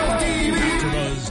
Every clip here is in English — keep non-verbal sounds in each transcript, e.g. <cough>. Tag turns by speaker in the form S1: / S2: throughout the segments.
S1: AfterBuzz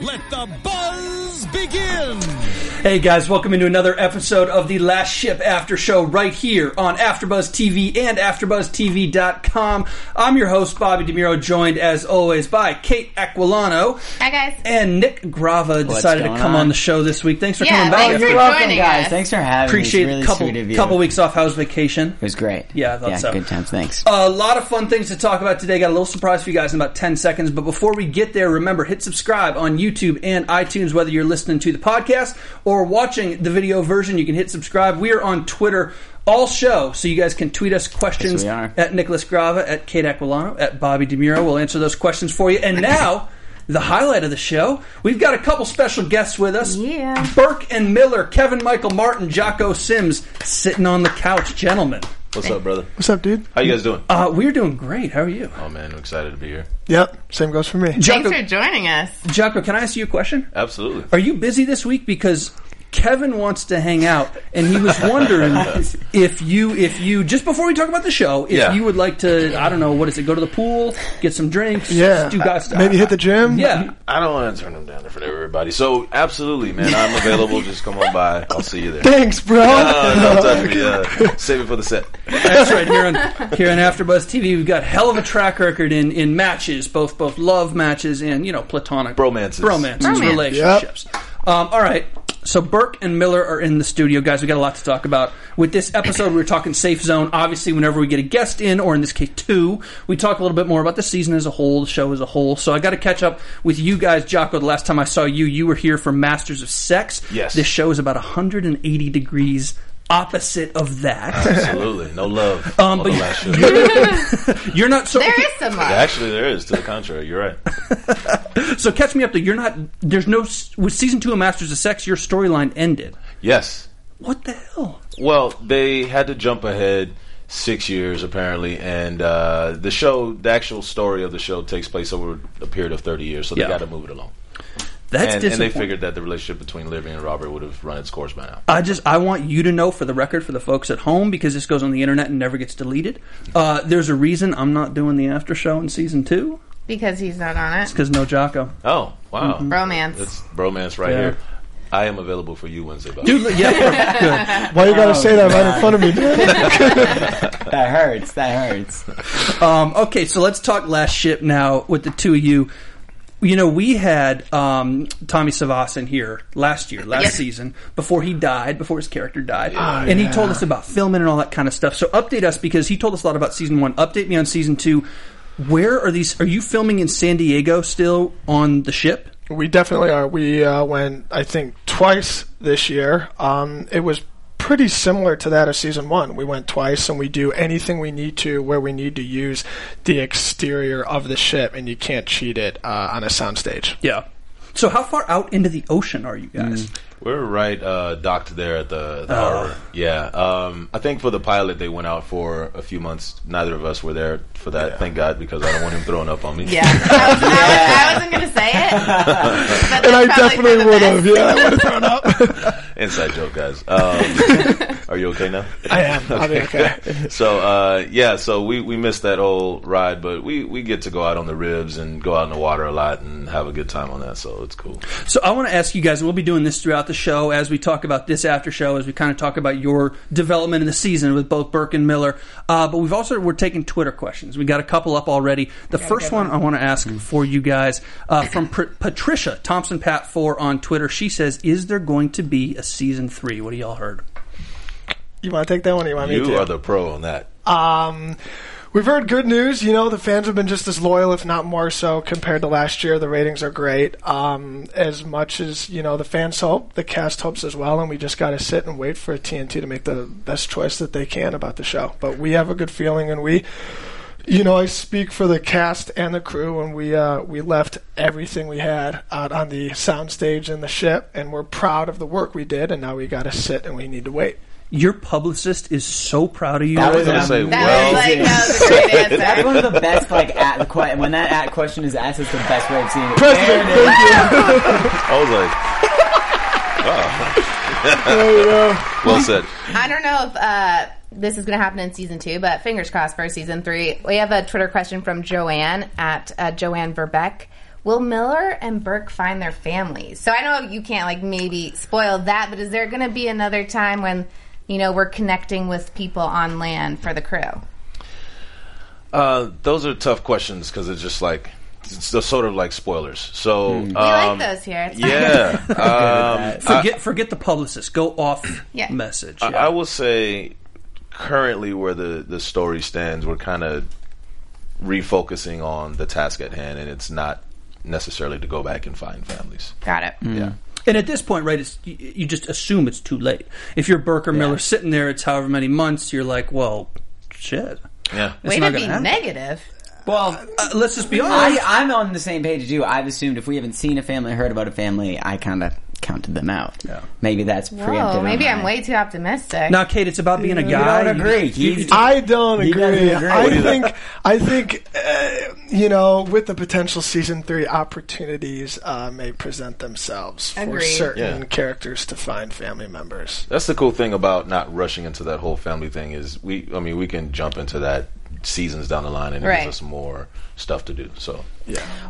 S1: let the buzz begin.
S2: Hey guys, welcome into another episode of the Last Ship After Show right here on AfterBuzz TV and AfterBuzzTV.com. I'm your host Bobby DeMuro, joined as always by Kate Aquilano
S3: Hi guys.
S2: and Nick Grava. Decided to
S4: going
S2: come on?
S4: on?
S2: the show this week. Thanks for
S3: Yeah,
S2: coming back.
S3: thanks
S2: Nick.
S3: for
S4: You're welcome,
S3: joining
S4: guys.
S3: us.
S4: Thanks for having
S2: Appreciate
S4: me. It's really
S2: a couple
S4: sweet of you.
S2: couple weeks off. How was vacation?
S4: It was great.
S2: Yeah, I thought
S4: yeah,
S2: so. Uh,
S4: good times. Thanks.
S2: A lot of fun things to talk about today. Got a little surprise for you guys in about 10 seconds. But before we get there, remember hit subscribe on YouTube and iTunes, whether you're listening to the podcast or watching the video version. You can hit subscribe. We are on Twitter all show, so you guys can tweet us questions
S4: Yes, we are.
S2: at Nicholas Grava, at Kate Aquilano, at Bobby DeMuro. We'll answer those questions for you. And now. The highlight of the show, we've got a couple special guests with us.
S3: Yeah.
S2: Burke and Miller, Kevin Michael Martin, Jocko Sims, sitting on the couch, gentlemen.
S5: What's up, brother?
S6: What's up, dude?
S5: How you guys doing?
S2: Uh, we're doing great. How are you?
S5: Oh man, I'm excited to be here.
S6: Yep, same goes for me.
S3: Thanks
S2: Jocko,
S3: for joining us.
S2: Jocko, can I ask you a question?
S5: Absolutely.
S2: Are you busy this week? Because Kevin wants to hang out, and he was
S6: <laughs>
S2: wondering if you, if you, just before we talk about the show, if
S5: Yeah.
S2: you would like to, I don't know, what is it? Go to the pool, get some drinks,
S6: Yeah,
S2: do guys stuff.
S6: maybe hit the gym.
S2: yeah.
S5: I don't want to turn them down for everybody. So absolutely, man, I'm available. <laughs> Just come on by. I'll see you there.
S6: Thanks, bro.
S5: Uh, don't touch me. Uh, save it for the set.
S2: That's right. Here on here on AfterBuzz TV, we've got hell of a track record in in matches, both both love matches and you know platonic
S5: Bromances.
S2: bromances,
S3: Bromance.
S2: relationships. Um, all right. So Burke and Miller are in the studio, guys. We got a lot to talk about. With this episode, we were talking safe zone. Obviously, whenever we get a guest in, or in this case two, we talk a little bit more about the season as a whole, the show as a whole. So I got to catch up with you guys, Jocko. The last time I saw you, you were here for Masters of Sex.
S5: Yes.
S2: This show is about 180 degrees opposite of that.
S5: <laughs> Absolutely, no love.
S2: Um,
S5: on
S2: but
S5: the
S2: you-
S5: last show.
S2: You're not so.
S3: There is some love.
S5: Actually, there is. To the contrary, you're right.
S2: So catch me up though. You're not. There's no s- with season two of Masters of Sex. Your storyline ended.
S5: Yes.
S2: What the hell?
S5: Well, they had to jump ahead six years apparently, and uh, the show, the actual story of the show, takes place over a period of 30 years. So they
S2: Yeah.
S5: got to move it along.
S2: That's
S5: and, and
S2: disappointing.
S5: they figured that the relationship between Livy and Robert would have run its course by now.
S2: I just I want you to know for the record for the folks at home because this goes on the internet and never gets deleted. Uh, there's a reason I'm not doing the after show in season two
S3: Because he's not on it.
S2: because no
S5: <laughs>
S2: Jocko.
S5: Oh, wow.
S6: Mm-hmm.
S3: Bromance.
S5: That's bromance right
S2: Yeah.
S5: here. I am available for you Wednesday, Bob.
S2: Dude, yeah, good.
S6: Why you gotta say that right in front of me? dude? <laughs>
S4: That hurts. That
S3: <laughs>
S4: hurts.
S2: Um, okay, so let's talk last ship now with the two of you. You know, we had um, Tommy Savas in here last year, last
S3: Yes.
S2: season, before he died, before his character died, and he told us about filming and all that kind of stuff. So update us because he told us a lot about season one. Update me on season two. Where are these? Are you filming in San Diego still on the ship?
S6: we definitely are. We uh, went, I think, twice this year. Um, it was pretty similar to that of season one. We went twice, and we do anything we need to where we need to use the exterior of the ship, and you can't cheat it uh, on a soundstage.
S2: Yeah. So how far out into the ocean are you guys?
S5: We're right uh, docked there at the,
S6: Oh.
S5: the harbor. Yeah. Um, I think for the pilot, they went out for a few months. Neither of us were there for that, thank God, because I don't want him throwing up on me.
S3: Yeah. I, was, <laughs> I, was, not going to say it. But
S6: And I
S3: that's probably for the
S6: definitely would
S3: best.
S6: have. Yeah, I would have thrown
S5: <laughs>
S6: up.
S5: Inside joke, guys.
S3: <laughs>
S5: Um, are you okay now?
S6: I am. I'll be okay.
S5: so uh, yeah, so we, we missed that whole ride, but we, we get to go out on the ribs and go out in the water a lot and have a good time on that. So it's cool.
S2: So I want to ask you guys. We'll be doing this throughout the show as we talk about this after show, as we kind of talk about your development in the season with both Burke and Miller. Uh, but we've also we're taking Twitter questions. We got a couple up already. The first one I want to ask for you guys uh, from Pr- Patricia Thompson Pat Four on Twitter. She says, "Is there going to be a season three? What do y'all heard?
S6: You want to take that one? Or you want me to?
S5: You are the pro on that.
S6: Um, We've heard good news. You know, the fans have been just as loyal, if not more so, compared to last year. The ratings are great. Um, as much as, you know, the fans hope, the cast hopes as well, and we just got to sit and wait for TNT to make the best choice that they can about the show. But we have a good feeling, and we you know, I speak for the cast and the crew, and we uh, we left everything we had out on the soundstage and the ship, and we're proud of the work we did, and now we got to sit and we need to wait.
S2: Your publicist is so proud of you.
S5: I was gonna say,
S3: That was
S5: well,
S3: like that was a great answer. <laughs>
S4: <laughs> That's one of the best, like, at que- when that at question is asked, it's the best way of seeing it. There
S6: President,
S4: it is.
S5: I was like, oh. well said.
S3: I don't know if uh, this is going to happen in season two, but fingers crossed for season three. We have a Twitter question from Joanne at uh, Joanne Verbeck. Will Miller and Burke find their families? So I know you can't like maybe spoil that, but is there going to be another time when you know we're connecting with people on land for the crew?
S5: Uh, those are tough questions because it's just like it's the sort of like spoilers. So um,
S3: like those here. It's fine. <laughs>
S5: yeah, um,
S2: Forget forget the publicist. Go off
S5: <clears throat>
S3: Yeah.
S2: message.
S5: I-
S2: Yeah.
S5: I will say, currently where the the story stands, we're kind of refocusing on the task at hand, and it's not necessarily to go back and find families.
S3: Got it.
S5: Yeah.
S2: and at this point, right, it's, you, you just assume it's too late. If you're Burke or Miller sitting there, it's however many months. You're like, well, shit.
S5: Yeah.
S2: It's
S3: Way
S2: not
S3: to be
S2: gonna happen.
S3: negative.
S4: Well,
S2: Uh, let's just be honest.
S4: I, I'm on the same page as you. I've assumed if we haven't seen a family, heard about a family, I kind of counted them out.
S2: Yeah.
S4: Maybe that's preemptive.
S3: Whoa,
S4: on
S3: Oh, maybe
S4: my
S3: I'm
S4: end.
S3: way too optimistic.
S2: now, Kate, it's about being a guy.
S4: I don't agree.
S2: You-
S4: He's-
S6: I don't
S4: He doesn't
S6: agree.
S4: agree.
S6: I
S4: What do you
S6: think I think uh, you know, with the potential season three opportunities uh, may present themselves for
S3: Agreed.
S6: certain
S5: Yeah.
S6: characters to find family members.
S5: That's the cool thing about not rushing into that whole family thing is we. I mean, we can jump into that seasons down the line, and it
S3: Right.
S5: gives us more stuff to do. So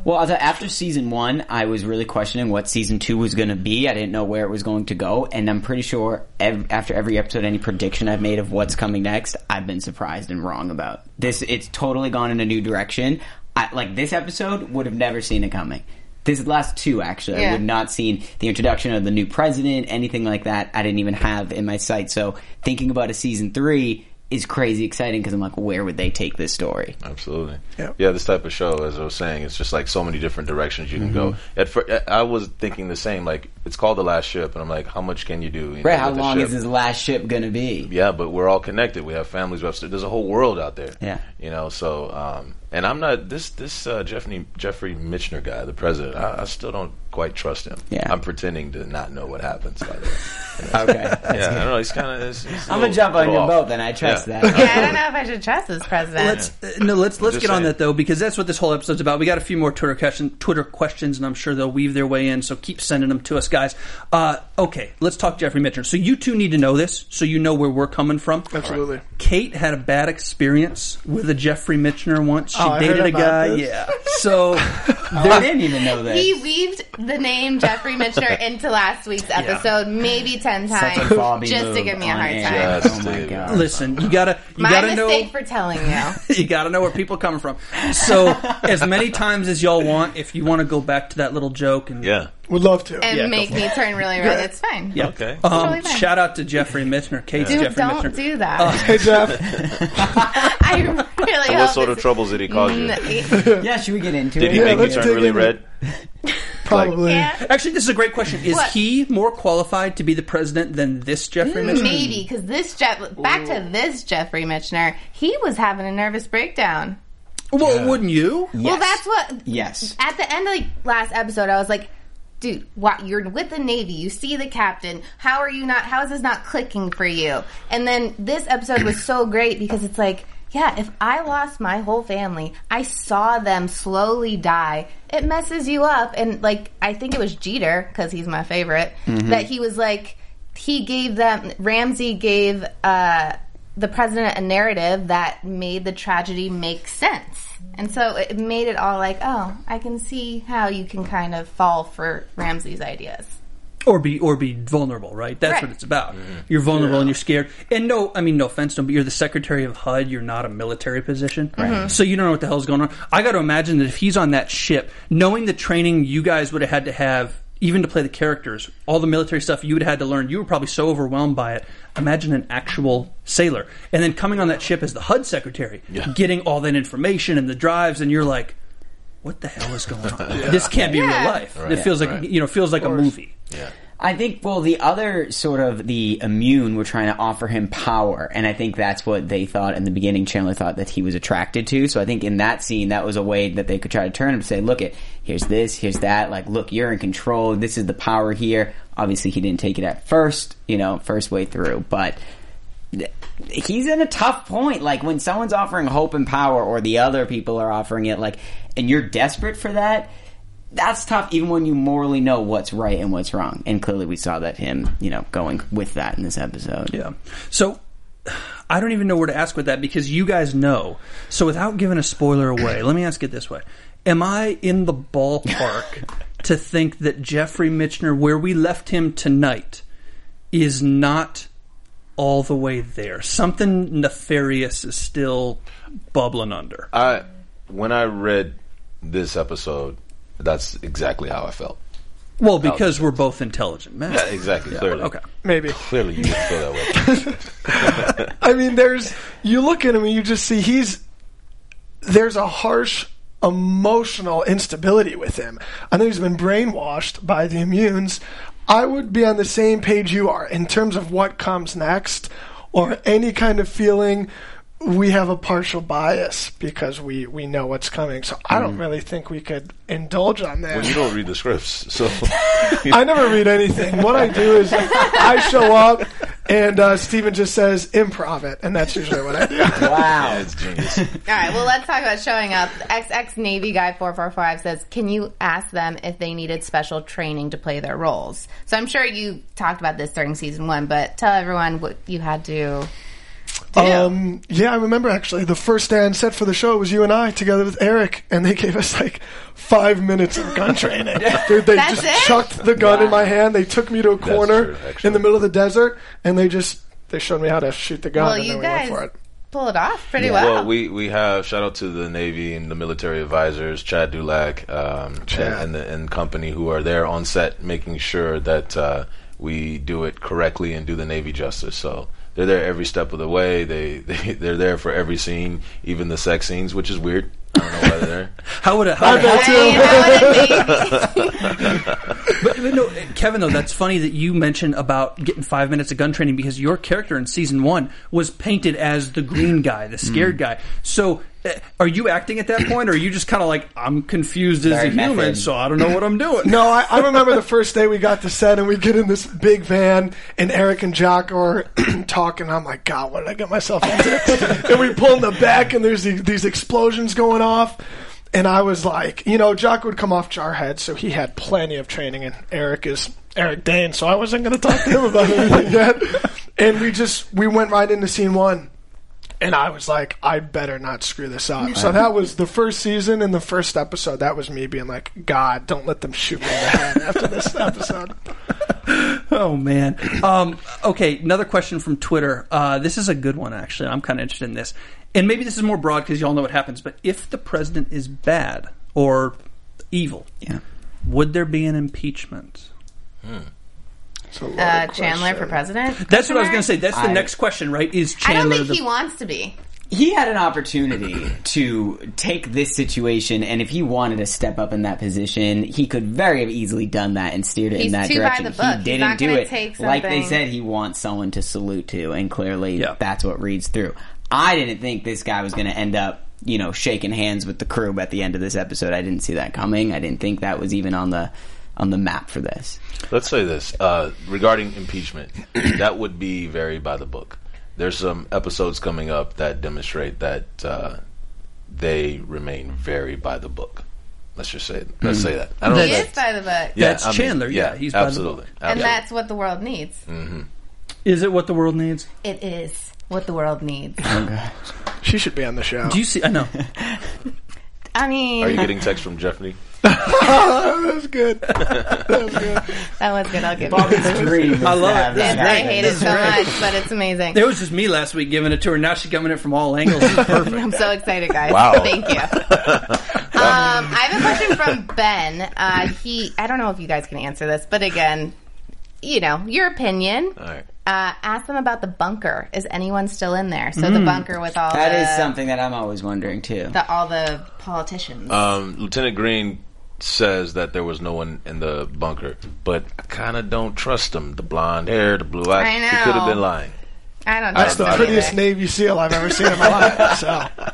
S4: Well, I'll tell- after season one, I was really questioning what season two was going to be. I didn't know where it was going to go, and I'm pretty sure ev- after every episode, any prediction I've made of what's coming next, I've been surprised and wrong about this. It's totally gone in a new direction. I, like this episode, would have never seen it coming. This last two, actually, I
S3: Yeah.
S4: would not seen the introduction of the new president, anything like that. I didn't even have in my sight. So thinking about a season three is crazy exciting because I'm like, where would they take this story?
S5: Absolutely.
S6: Yep.
S5: Yeah, this type of show, as I was saying, it's just like so many different directions you can go. At fir- I was thinking the same. Like it's called the last ship, and I'm like, how much can you do? you know,
S4: Right? How
S5: with the
S4: long
S5: ship?
S4: is this last ship going to be?
S5: Yeah, but we're all connected. We have families. We have st- there's a whole world out there.
S4: Yeah.
S5: you know. So, um, and I'm not this this uh, Jeffrey Jeffrey Michener guy, the president. I, I still don't quite trust him.
S4: Yeah.
S5: I'm pretending to not know what happens. By the way,
S4: <laughs> Okay.
S5: yeah, I don't know. He's kind of.
S4: I'm gonna jump on your boat, then I trust
S5: Yeah.
S4: that.
S5: <laughs>
S3: yeah, I don't know if I should trust this president.
S2: Let's uh, no, let's let's
S5: Just
S2: get on
S5: saying.
S2: that though because that's what this whole episode's about. We got a few more Twitter question, Twitter questions, and I'm sure they'll weave their way in. So keep sending them to us, guys. Uh, okay, let's talk Jeffrey Mitchell. So you two need to know this, so you know where we're coming from.
S6: Absolutely.
S2: Kate had a bad experience with a Jeffrey Mitchner once. She
S6: Oh, I
S2: dated
S6: heard
S2: a
S6: about
S2: guy.
S6: this.
S2: Yeah. So <laughs>
S4: I didn't even know this.
S3: He weaved the name Jeffrey Mitchner into last week's episode maybe ten
S4: Such a
S3: times
S4: Bobby
S3: just to
S4: move
S3: give me a
S4: on
S3: hard
S4: air.
S3: time.
S5: Just
S4: oh my
S5: to-
S4: god!
S2: listen, you gotta you
S3: My
S2: gotta
S3: mistake
S2: know
S3: for telling you.
S2: <laughs> you got to know where people are coming from. So as many times as y'all want, if you want to go back to that little joke and
S5: Yeah.
S6: Would love to.
S3: And make me turn really red. It's fine.
S2: Yeah.
S5: Okay.
S2: Um,
S3: Totally fine.
S2: shout out to Jeffrey Mitchner, Kate's
S3: Dude,
S2: Jeffrey
S3: don't
S2: Mitchner.
S3: do that.
S6: Hey Jeff,
S3: <laughs> I really
S5: And
S3: hope
S5: what sort of
S3: this-
S5: troubles did he cause you?
S3: Mm.
S4: <laughs>
S3: N-
S4: Yeah, should we get into
S5: Did
S4: it?
S5: he
S6: Yeah,
S5: make you
S6: let's
S5: turn
S6: dig
S5: really
S6: into-
S5: red?
S6: probably.
S3: yeah.
S2: Actually, this is a great question. Is
S3: What? Mm,
S2: he more qualified to be the president than this Jeffrey Mitchner?
S3: Maybe because this Jeff, back to this Jeffrey Mitchner, he was having a nervous breakdown.
S2: Well, wouldn't you?
S3: Well, that's what
S4: Yes.
S3: at the end of the last episode, I was like, dude, what? You're with the Navy. You see the captain. How are you not? How is this not clicking for you? And then this episode was so great because it's like, yeah, if I lost my whole family, I saw them slowly die. It messes you up. And like, I think it was Jeter, because he's my favorite, that he was like, he gave them, Ramsey gave, uh, the president a narrative that made the tragedy make sense. And so it made it all like, oh, I can see how you can kind of fall for Ramsey's ideas.
S2: Or be or be vulnerable, right? That's
S3: Right.
S2: what it's about. You're vulnerable and you're scared. And no, I mean no offense, don't. But you're the Secretary of HUD. You're not a military position,
S3: Mm-hmm.
S2: so you don't know what the hell's going on. I got to imagine that if he's on that ship, knowing the training you guys would have had to have. even to play the characters, all the military stuff you would had to learn, you were probably so overwhelmed by it. Imagine an actual sailor, and then coming on that ship as the HUD secretary, getting all that information and the drives, and you're like, "What the hell is going on? This can't be
S3: Yeah.
S2: real life. It feels like you know, feels like a movie."
S4: I think, well, the other sort of the immune were trying to offer him power, and I think that's what they thought in the beginning. Chandler thought that he was attracted to, so I think in that scene, that was a way that they could try to turn him to say, look, it here's this, here's that, like, look, you're in control, this is the power here. Obviously, he didn't take it at first, you know, first way through, but he's in a tough point. Like when someone's offering hope and power, or the other people are offering it, like, and you're desperate for that. That's tough, even when you morally know what's right and what's wrong. And clearly, we saw that him, you know, going with that in this episode.
S2: Yeah. So I don't even know where to ask with that because you guys know. So without giving a spoiler
S5: <clears throat>
S2: away, let me ask it this way. Am I in the ballpark to think that Jeffrey Mitchner, where we left him tonight, is not all the way there? Something nefarious is still bubbling under.
S5: I when I read this episode, that's exactly how I felt.
S2: Well, because we're both intelligent men.
S5: Yeah, exactly. Clearly,
S2: Okay.
S6: Maybe.
S5: Clearly, you didn't feel that way.
S6: <laughs>
S5: <laughs>
S6: I mean, there's you look at him and you just see he's there's a harsh emotional instability with him. I know he's been brainwashed by the immunes. I would be on the same page you are in terms of what comes next or any kind of feeling. We have a partial bias because we, we know what's coming. So I don't really think we could indulge on that.
S5: Mm-hmm. Well, you don't read the scripts, so
S6: I never read anything. What I do is I show up and uh, Steven just says improv it, and that's usually what I do.
S5: wow, it's genius.
S3: All right, well, let's talk about showing up. XX Navy Guy 445 says, Can you ask them if they needed special training to play their roles? So I'm sure you talked about this during season one, but tell everyone what you had to do.
S6: Um, yeah, I remember actually the first day on set for the show was you and I together with Eric, and they gave us like five minutes of
S3: <laughs>
S6: gun training. Dude, they
S3: That's
S6: just
S3: it?
S6: chucked the gun in my hand. They took me to a corner
S5: true, actually.
S6: in the middle of the desert, and they just they showed me how to shoot the gun,
S3: well,
S6: and
S3: you
S6: then we
S3: guys
S6: went for it.
S3: pull it off pretty well.
S5: Well, we, we have shout out to the Navy and the military advisors, Chad Dulac, um,
S6: Chad.
S5: And, and the and company who are there on set, making sure that uh, we do it correctly and do the Navy justice. So they're there every step of the way. They, <laughs> they they're there for every scene, even the sex scenes, which is weird. I don't know why they're <laughs> there.
S2: How would a, how would a-
S3: Hey, you know what I mean?
S2: But, but no, Kevin, though, that's funny that you mentioned about getting five minutes of gun training because your character in season one was painted as the green guy, the scared guy. So, uh, are you acting at that point, or are you just kind of like, I'm confused as
S4: Very
S2: a human,
S4: method.
S2: so I don't know what I'm doing?
S6: No, I, I remember the first day we got to set and we get in this big van and Eric and Jock are <clears throat> talking. I'm like, God, what did I get myself into? and we pull in the back and there's these, these explosions going off. And I was like, you know, Jock would come off Jarhead, so he had plenty of training, and Eric is Eric Dane, so I wasn't going to talk to him about anything <laughs> yet. And we just we went right into scene one. And I was like, I better not screw this up. So that was the first season and the first episode. That was me being like, God, don't let them shoot me in
S5: <laughs>
S6: the head after this episode.
S2: <laughs> Oh man. Um, okay, another question from Twitter. Uh, this is a good one, actually. I'm kind of interested in this, and maybe this is more broad because y'all know what happens. But if the president is bad or evil,
S4: Yeah.
S2: would there be an impeachment?
S6: It's a loaded
S3: uh,
S6: question.
S3: Chandler for president?
S2: That's what I was going to say. That's the
S4: I-
S2: next question, right? Is
S3: I
S2: Chandler
S3: don't think
S2: the
S3: he wants to be.
S4: he had an opportunity to take this situation, and if he wanted to step up in that position, he could very have easily done that and steered it
S3: He's
S4: in that
S3: too by
S4: direction.
S3: the book.
S4: He
S3: He's
S4: didn't
S3: not
S4: do
S3: gonna
S4: it.
S3: take
S4: like they
S3: something-
S4: said, he wants someone to salute to, and clearly
S2: Yeah.
S4: that's what reads through. I didn't think this guy was going to end up, you know, shaking hands with the crew at the end of this episode. I didn't see that coming. I didn't think that was even on the on the map for this.
S5: Let's say this uh, regarding impeachment. that would be very by the book. There's some episodes coming up that demonstrate that uh, they remain very by the book. Let's just say let's say that. I don't
S3: He
S5: know if
S3: is by the book.
S5: yeah,
S2: That's Chandler, yeah, he's by the
S5: absolutely,
S3: And
S5: absolutely.
S3: that's what the world needs.
S2: Is it what the world needs?
S3: It is what the world needs.
S6: She should be on the show.
S2: Do you see? I know.
S3: I
S5: Are you
S3: mean,
S5: getting texts from Jeffrey?
S6: That's good.
S3: that was good. I'll give it.
S4: <laughs> Bobby's dream.
S2: <laughs> I love it. This
S3: Yes, I hate it so much, but it's amazing.
S2: It was just me last week giving it to her. Now she's coming in from all angles. It's perfect.
S3: I'm so excited, guys.
S5: Wow.
S3: Thank you. Um, I have a question from Ben. Uh, he, I don't know if you guys can answer this, but again, you know, your opinion.
S5: All right.
S3: Uh, ask them about the bunker. Is anyone still in there? So the
S2: Mm.
S3: bunker with all
S4: That
S3: the,
S4: is something that I'm always wondering too.
S3: the all the politicians.
S6: Uh,
S5: Um, Lieutenant Green says that there was no one in the bunker, but I kind of don't trust him. The blonde hair, the blue eyes.
S3: I
S5: He could have
S3: know.
S5: been lying.
S3: I don't.
S6: That's
S3: trust
S6: the
S3: him
S6: prettiest
S3: either.
S6: Navy SEAL I've ever seen in my
S5: <laughs>
S6: life. So, I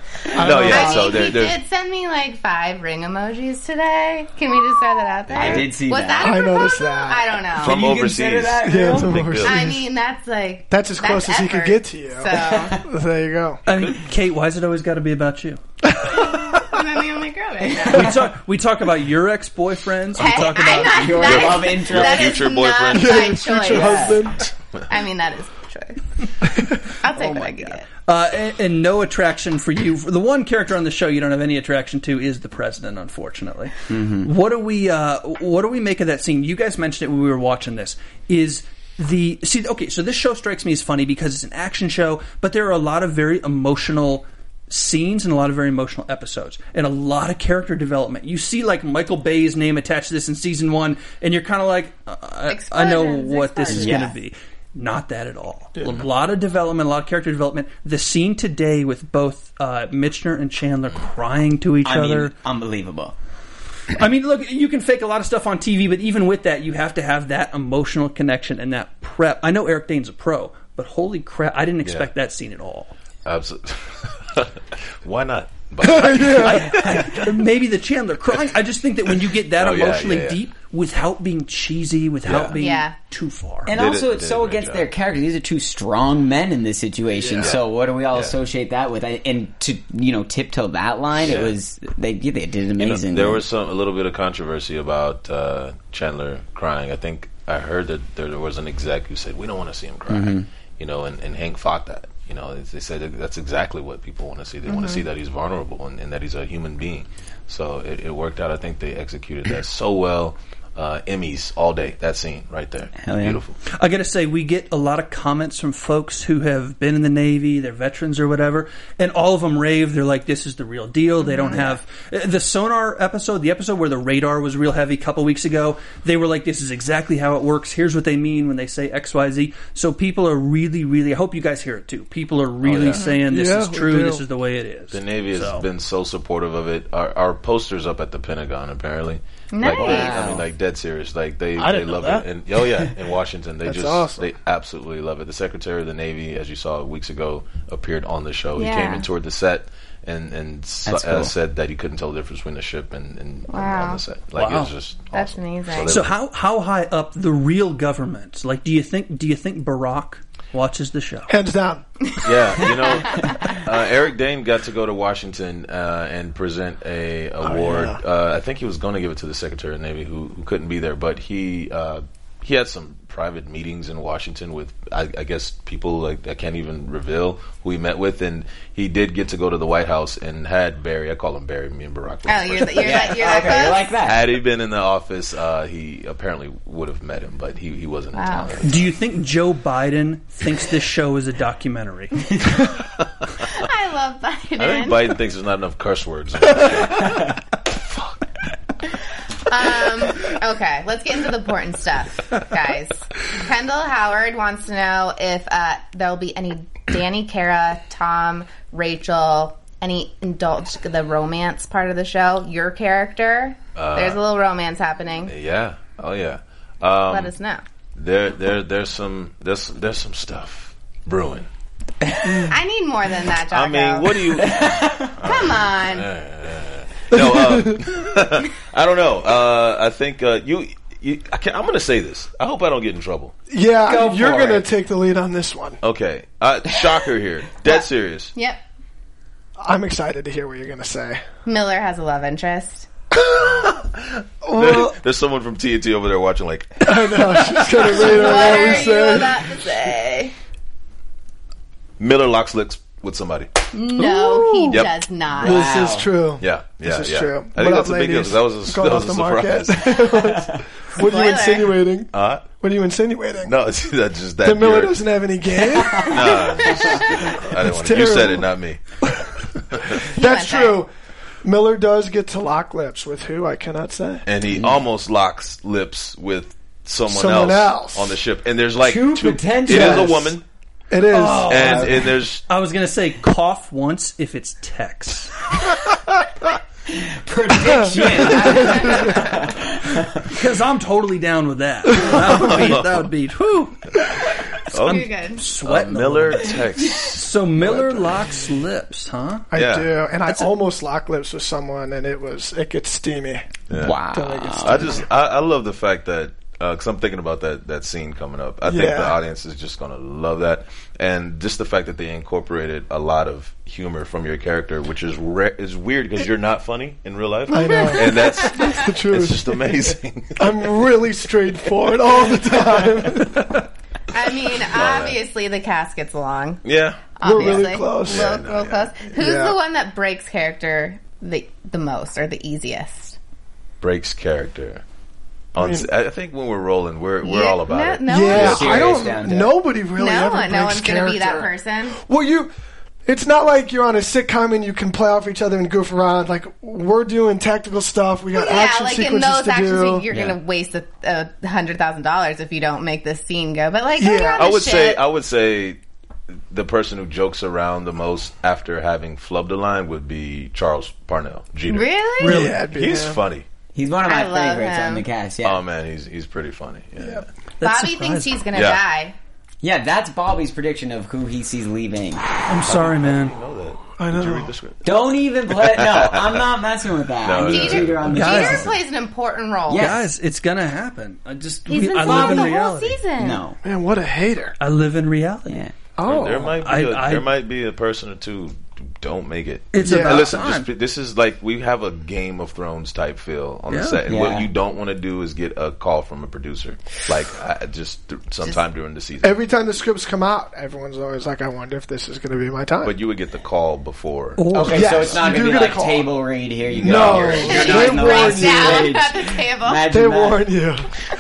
S5: No,
S6: don't know.
S5: yeah.
S3: I mean,
S5: so there-
S3: he
S5: there's-
S3: did send me like five ring emojis today. Can we just throw that out there?
S4: I did see
S3: Was
S4: that.
S3: that. a
S6: I noticed
S3: proposal?
S6: that.
S3: I don't know.
S5: From
S4: you
S5: overseas.
S4: consider that
S6: Yeah,
S4: real?
S6: it's
S5: Big
S6: overseas.
S5: deal. <laughs>
S3: I mean, that's like
S6: That's as close as he could
S3: effort.
S6: get to you.
S3: So
S6: <laughs> There you go.
S2: <laughs> I mean, Kate, why has it always got to be about you?
S6: <laughs>
S3: I'm the only girl right now.
S2: We talk, we talk about your ex boyfriends. We
S3: Hey,
S2: talk
S3: I'm
S2: about
S3: not-
S4: your
S3: that is-
S4: love
S3: <laughs>
S4: interest.
S3: that
S5: Your future
S3: is
S5: boyfriend.
S3: Not my
S6: Future
S3: choice.
S6: husband. Oh
S3: I mean, that is my choice.
S6: <laughs>
S3: I'll take what I can get.
S2: Uh, and, and no attraction for you. The one character on the show you don't have any attraction to is the president, unfortunately. What do we uh, What do we make of that scene? You guys mentioned it when we were watching this. Is the see? Okay, so this show strikes me as funny because it's an action show, but there are a lot of very emotional scenes and a lot of very emotional episodes and a lot of character development. You see like Michael Bay's name attached to this in season 1 and you're kind of like uh, I, I know
S3: Explosions,
S2: what this is
S3: explosions.
S2: going to be. Not that at all. A lot of development, a lot of character development. The scene today with both uh, Mitchner and Chandler crying to each
S4: I
S2: other.
S5: <clears throat>
S4: mean, unbelievable.
S2: I mean, look, you can fake a lot of stuff on TV, but even with that, you have to have that emotional connection and that prep. I know Eric Dane's a pro, but holy crap, I didn't expect that scene at all.
S5: Absolutely. <laughs> Why not? But
S2: Maybe the Chandler crying. I just think that when you get that
S5: Oh, yeah,
S2: emotionally
S5: yeah, yeah.
S2: deep without being cheesy, without
S5: Yeah.
S2: being
S3: Yeah.
S2: too far.
S4: And
S5: Did
S4: also,
S5: it-
S4: it's
S5: did
S4: so
S5: a great
S4: against
S5: job.
S4: their character. These are two strong men in this situation.
S5: Yeah.
S4: So what do we all
S5: Yeah.
S4: associate that with? And- And to you know tiptoe that line, it
S5: Yeah.
S4: was they yeah, they did
S5: you know,
S4: amazing.
S5: there was some a little bit of controversy about uh, Chandler crying. I think I heard that there was an exec who said we don't want to see him cry.
S4: Mm-hmm.
S5: You know, and, and Hank fought that. You know, they- they said that that's exactly what people want to see. They want to see that he's vulnerable and, and that he's a human being. So it, it worked out. I think they executed that so well. Uh, Emmys all day. That scene right there.
S4: yeah.
S5: Beautiful.
S2: I gotta say, we get a lot of comments from folks who have been in the Navy, they're veterans or whatever, and all of them rave. They're like, "This is the real deal." They
S6: Mm-hmm.
S2: don't have uh, the sonar episode, the episode where the radar was real heavy a couple weeks ago. They were like, "This is exactly how it works." Here's what they mean when they say X, Y, Z. So people are really, really. I hope you guys hear it too. People are really
S5: yeah.
S2: saying this
S6: Oh, Yeah,
S2: is
S6: we
S2: true.
S6: do.
S2: This is the way it is.
S5: The Navy has
S2: So-
S5: been so supportive of it. Our, our posters up at the Pentagon, apparently. Like, they,
S3: Nice.
S5: I mean, like dead serious. Like they,
S6: I
S5: they
S6: didn't know
S5: love
S6: that.
S5: it. And oh yeah,
S3: <laughs>
S5: in Washington, they
S6: That's
S5: just
S6: awesome.
S5: they absolutely love it. The Secretary of the Navy, as you saw weeks ago, appeared on the show.
S3: Yeah.
S5: He came and toured the set. And and so,
S4: That's
S5: uh,
S4: cool.
S5: said that he couldn't tell the difference between the ship and, and, and on
S3: Wow.
S5: the set. Like it was
S2: Wow.
S5: just awesome.
S3: That's amazing.
S5: they
S2: So
S5: love
S2: how how high up the real government? Like, do you think do you think Barack watches the show?
S6: Hands down.
S5: Yeah, you know, uh, Eric Dane got to go to Washington uh, and present a award. uh, I think he was going to give it to the Secretary of the Navy, who, who couldn't be there, but he uh, he had some private meetings in Washington with, I, I guess, people like I can't even reveal who he met with, and he did get to go to the White House and had Barry. I call him Barry. Me and Barack. were
S3: Oh,
S5: the
S3: you're
S5: first-
S3: that. You're that. You're that.
S4: okay, you
S3: close?
S4: like that.
S5: <laughs> had he been in the office, uh, he apparently would have met him, but he, he wasn't in
S3: Wow.
S5: town.
S3: <laughs>
S2: Do you think Joe Biden thinks this show is a documentary?
S3: I love
S5: I think
S3: Biden.
S5: Biden thinks there's not enough curse words. <laughs>
S3: um, okay, let's get into the important stuff,
S5: <laughs>
S3: guys. Kendall Howard wants to know if uh, there'll be any Danny, Kara, Tom, Rachel, any indulge the romance part of the show. Your character,
S5: Uh,
S3: there's a little romance happening.
S5: yeah. Oh yeah. Um,
S3: Let us know.
S5: There, there, there's some, there's, there's some stuff brewing.
S3: I need more than that, Jocko.
S5: <laughs> I mean, what do you?
S3: Come on.
S5: <laughs> no, uh, <laughs> I don't know. Uh, I think uh, you, you. I can, I'm going to say this. I hope I don't get in trouble.
S6: Yeah, you're
S4: for
S6: going to
S4: it.
S6: take the lead on this one.
S5: Okay, uh, shocker here. Dead serious.
S3: Yep.
S6: I'm excited to hear what you're going
S5: <laughs>
S6: to say.
S3: Miller has a love interest.
S5: There- there's someone from TNT over there watching. Like,
S6: I know. She's going to read her
S3: What
S6: what we
S3: are you
S6: say.
S3: about to say?
S5: Miller locks lips with somebody.
S3: No, he
S5: Yep.
S3: does not.
S6: This
S4: Wow.
S6: is true.
S5: Yeah, yeah,
S6: This is
S5: yeah.
S6: true.
S5: I think
S6: What
S5: that's
S6: up,
S5: a big deal. 'cause
S6: ladies?
S5: That was a,
S6: Going
S5: that
S6: off
S5: was a
S6: the market.
S5: surprise.
S6: What are you
S3: Spoiler.
S6: insinuating?
S5: <laughs> Huh?
S6: What are you insinuating?
S5: Uh, no, <laughs> it's that's just that.
S6: The Miller
S5: pure-
S6: doesn't have <laughs> any game.
S5: Nah, it's just- I didn't want to. You said it,
S6: terrible.
S5: not me.
S6: That's
S3: went there.
S6: true. Miller does get to lock lips with who I cannot say.
S5: and he almost locks lips with someone,
S6: Mm. Someone
S5: else,
S6: else.
S5: on the ship. And there's like
S4: Two potentials.
S5: It is a woman,
S6: It is.
S3: Oh,
S6: Uh,
S5: and, and there's
S2: I was gonna say cough once if it's Tex. <laughs>
S4: Prediction.
S2: Because I'm totally down with that. That would be, that would be whew,
S3: You're good.
S5: uh,
S2: sweating. a little
S5: Miller
S2: bit.
S5: text.
S2: So Miller locks lips, huh?
S6: I
S5: yeah.
S6: do, and I almost lock lips with someone, and it was it gets steamy. Ah. Then it
S4: wow.
S5: <laughs>
S6: gets
S5: I just I, I love the fact that because I'm thinking about that that scene coming up. I think
S6: Yeah.
S5: the audience is just gonna love that, and just the fact that they incorporated a lot of humor from your character, which is re- is weird because you're not funny in real life. I
S6: know.
S5: and that's
S6: <laughs> the
S5: it's
S6: truth.
S5: just amazing.
S6: I'm really straightforward all
S3: <laughs>
S6: the time.
S3: I mean, obviously the cast gets along.
S5: <laughs> yeah,
S6: We're
S3: Obviously.
S6: really close.
S3: Real,
S5: no,
S3: real
S5: yeah.
S3: close. Who's
S6: Yeah.
S3: the one that breaks character the the most or the easiest?
S5: breaks character. On, s- I, think when we're rolling, we're we're
S3: Yeah,
S5: all about
S3: no-
S5: it.
S3: no
S6: Yeah,
S4: Serious
S6: I
S4: down
S6: don't.
S4: to-
S6: Nobody really
S3: No
S6: ever
S3: one, no
S6: breaks
S3: one's going to be that
S6: character.
S3: person.
S6: Well, you. It's not like you're on a sitcom and you can play off each other and goof around. Like we're doing tactical stuff. We got
S3: Yeah,
S6: action
S3: like in
S6: sequences
S3: those
S6: to
S3: actions,
S6: do.
S3: you're
S4: Yeah.
S3: going to waste a, a hundred thousand dollars if you don't make this scene go. But like,
S6: Yeah.
S3: yeah,
S5: I would say I would say the person who jokes around the most after having flubbed a line would be Charles Parnell Jeter.
S3: really,
S6: Yeah, it'd be
S5: He's
S6: him.
S5: funny.
S4: He's one of my
S3: I love
S4: favorites
S3: him.
S4: on the cast. Yeah.
S5: Oh man, he's he's pretty funny. Yeah.
S2: That's
S3: Bobby thinks
S2: surprising.
S3: he's going to
S5: Yeah.
S3: die.
S4: yeah, that's Bobby's prediction of who he sees leaving.
S2: I'm sorry, man.
S5: I know that.
S6: I
S5: Did you
S6: know.
S5: read the script?
S4: Don't even play. No, I'm not messing with that.
S5: <laughs> No,
S4: I need
S5: no,
S4: Jeter on the
S2: Guys.
S3: Peter
S4: show.
S3: plays an important role.
S4: Yeah.
S2: Guys, it's gonna happen. I just
S3: He's
S2: we,
S3: been
S2: I live
S3: flopping
S2: in
S3: the
S2: reality.
S3: whole season.
S4: No.
S6: Man, what a hater!
S2: I live in reality.
S4: Yeah.
S6: Oh,
S5: there might be
S2: I-
S5: a
S2: I-
S5: there might be a person or two who don't make it.
S2: It's
S6: Yeah.
S5: Now,
S2: about
S5: listen,
S2: time.
S5: just, this is like we have a Game of Thrones type feel on
S2: Yeah.
S5: the set. And What
S4: Yeah.
S5: you don't want to do is get a call from a producer, like I, just th- sometime during the season.
S6: Every time the scripts come out, everyone's always like, "I wonder if this is going to be my time."
S5: but you would get the call before.
S4: Okay,
S6: Yes,
S4: so it's not
S6: you
S4: going
S6: do
S4: to be
S6: get a
S4: like
S6: call.
S4: table read. Here you go.
S6: No.
S4: You're, you're
S6: They
S4: not in the
S6: warn
S4: last
S6: you.
S4: stage.
S3: Down at the table.
S4: Imagine
S6: they
S4: that.
S6: warn you.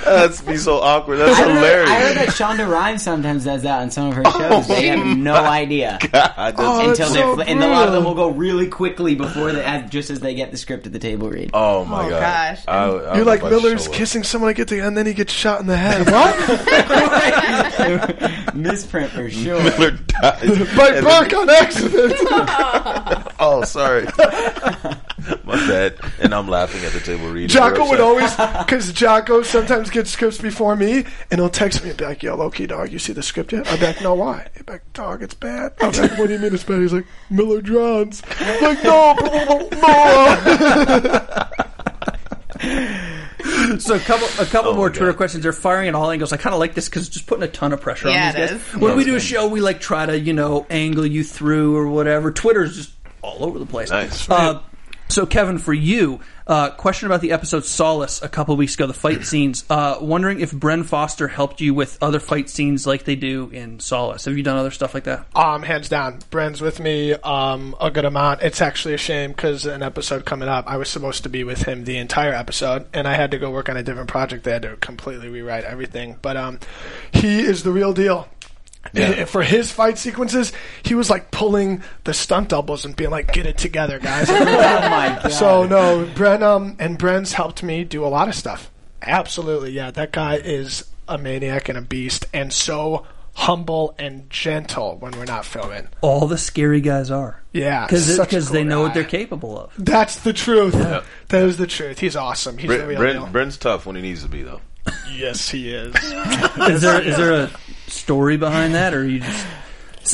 S5: That's be so awkward. That's
S4: I heard,
S5: hilarious. Oh
S4: I heard that Shonda Rhimes sometimes does that on some of her shows. they have no
S5: <laughs>
S4: idea
S5: I just-
S6: Oh,
S4: until
S6: that's
S4: they're
S6: so
S4: fl- and a lot of them
S6: brutal.
S4: will go really quickly before they as- just as they get the script at the table read.
S5: Oh my
S3: Oh,
S5: god!
S3: gosh.
S5: I- I don't
S6: You're like
S5: know if I'd
S6: Miller's
S5: show up.
S6: kissing someone at the end, then he gets shot in the head. what?
S4: Misprint
S5: <laughs>
S4: for sure. Oh
S5: Miller
S6: <laughs>
S5: dies
S6: By Burke on accident.
S5: Oh, sorry,
S6: <laughs>
S5: my bad. And I'm laughing at the table reading.
S6: Jocko would
S5: Sorry.
S6: always, because Jocko sometimes gets scripts before me, and he'll text me and be like, "Yo, low key dog, you see the script yet?" I'm like, "No, why?" He's like, "Dog, it's bad." I'm like, "What do you mean it's bad?" He's like, "Miller drowns." I'm like, no, no.
S2: So a couple, a couple
S5: Oh
S2: more
S5: my
S2: Twitter
S5: God.
S2: questions. They're firing at all angles. I kind of like this because it's just putting a ton of pressure
S3: Yeah,
S2: on these
S3: it
S2: guys.
S3: is.
S2: When we do a show, we like try to you know angle you through or whatever. Twitter's just all over the place.
S5: Nice.
S2: Uh, so Kevin, for you, uh, question about the episode Solace a couple weeks ago, the
S5: <clears throat>
S2: fight scenes. Uh, wondering if Bren Foster helped you with other fight scenes like they do in Solace. Have you done other stuff like that?
S6: Um, hands down, Bren's with me um, a good amount. It's actually a shame because an episode coming up, I was supposed to be with him the entire episode, and I had to go work on a different project. They had to completely rewrite everything, but um, he is the real deal. And For his fight sequences, he was like pulling the stunt doubles and being like, "Get it together, guys!"
S4: Oh my god.
S6: So no, Bren um, and Bren's helped me do a lot of stuff. Absolutely, yeah. That guy is a maniac and a beast, and so humble and gentle when we're not filming.
S2: All the scary guys are.
S6: Yeah,
S2: because
S6: such a
S2: they
S6: cool
S2: know what
S6: guy.
S2: they're capable of.
S6: That's the truth. That is the truth. He's awesome. He's the
S5: Brent,
S6: real
S5: Brent,
S6: deal.
S5: Brent's tough when he needs to be though.
S6: Yes, he is.
S2: Is there is there a story behind that, or you just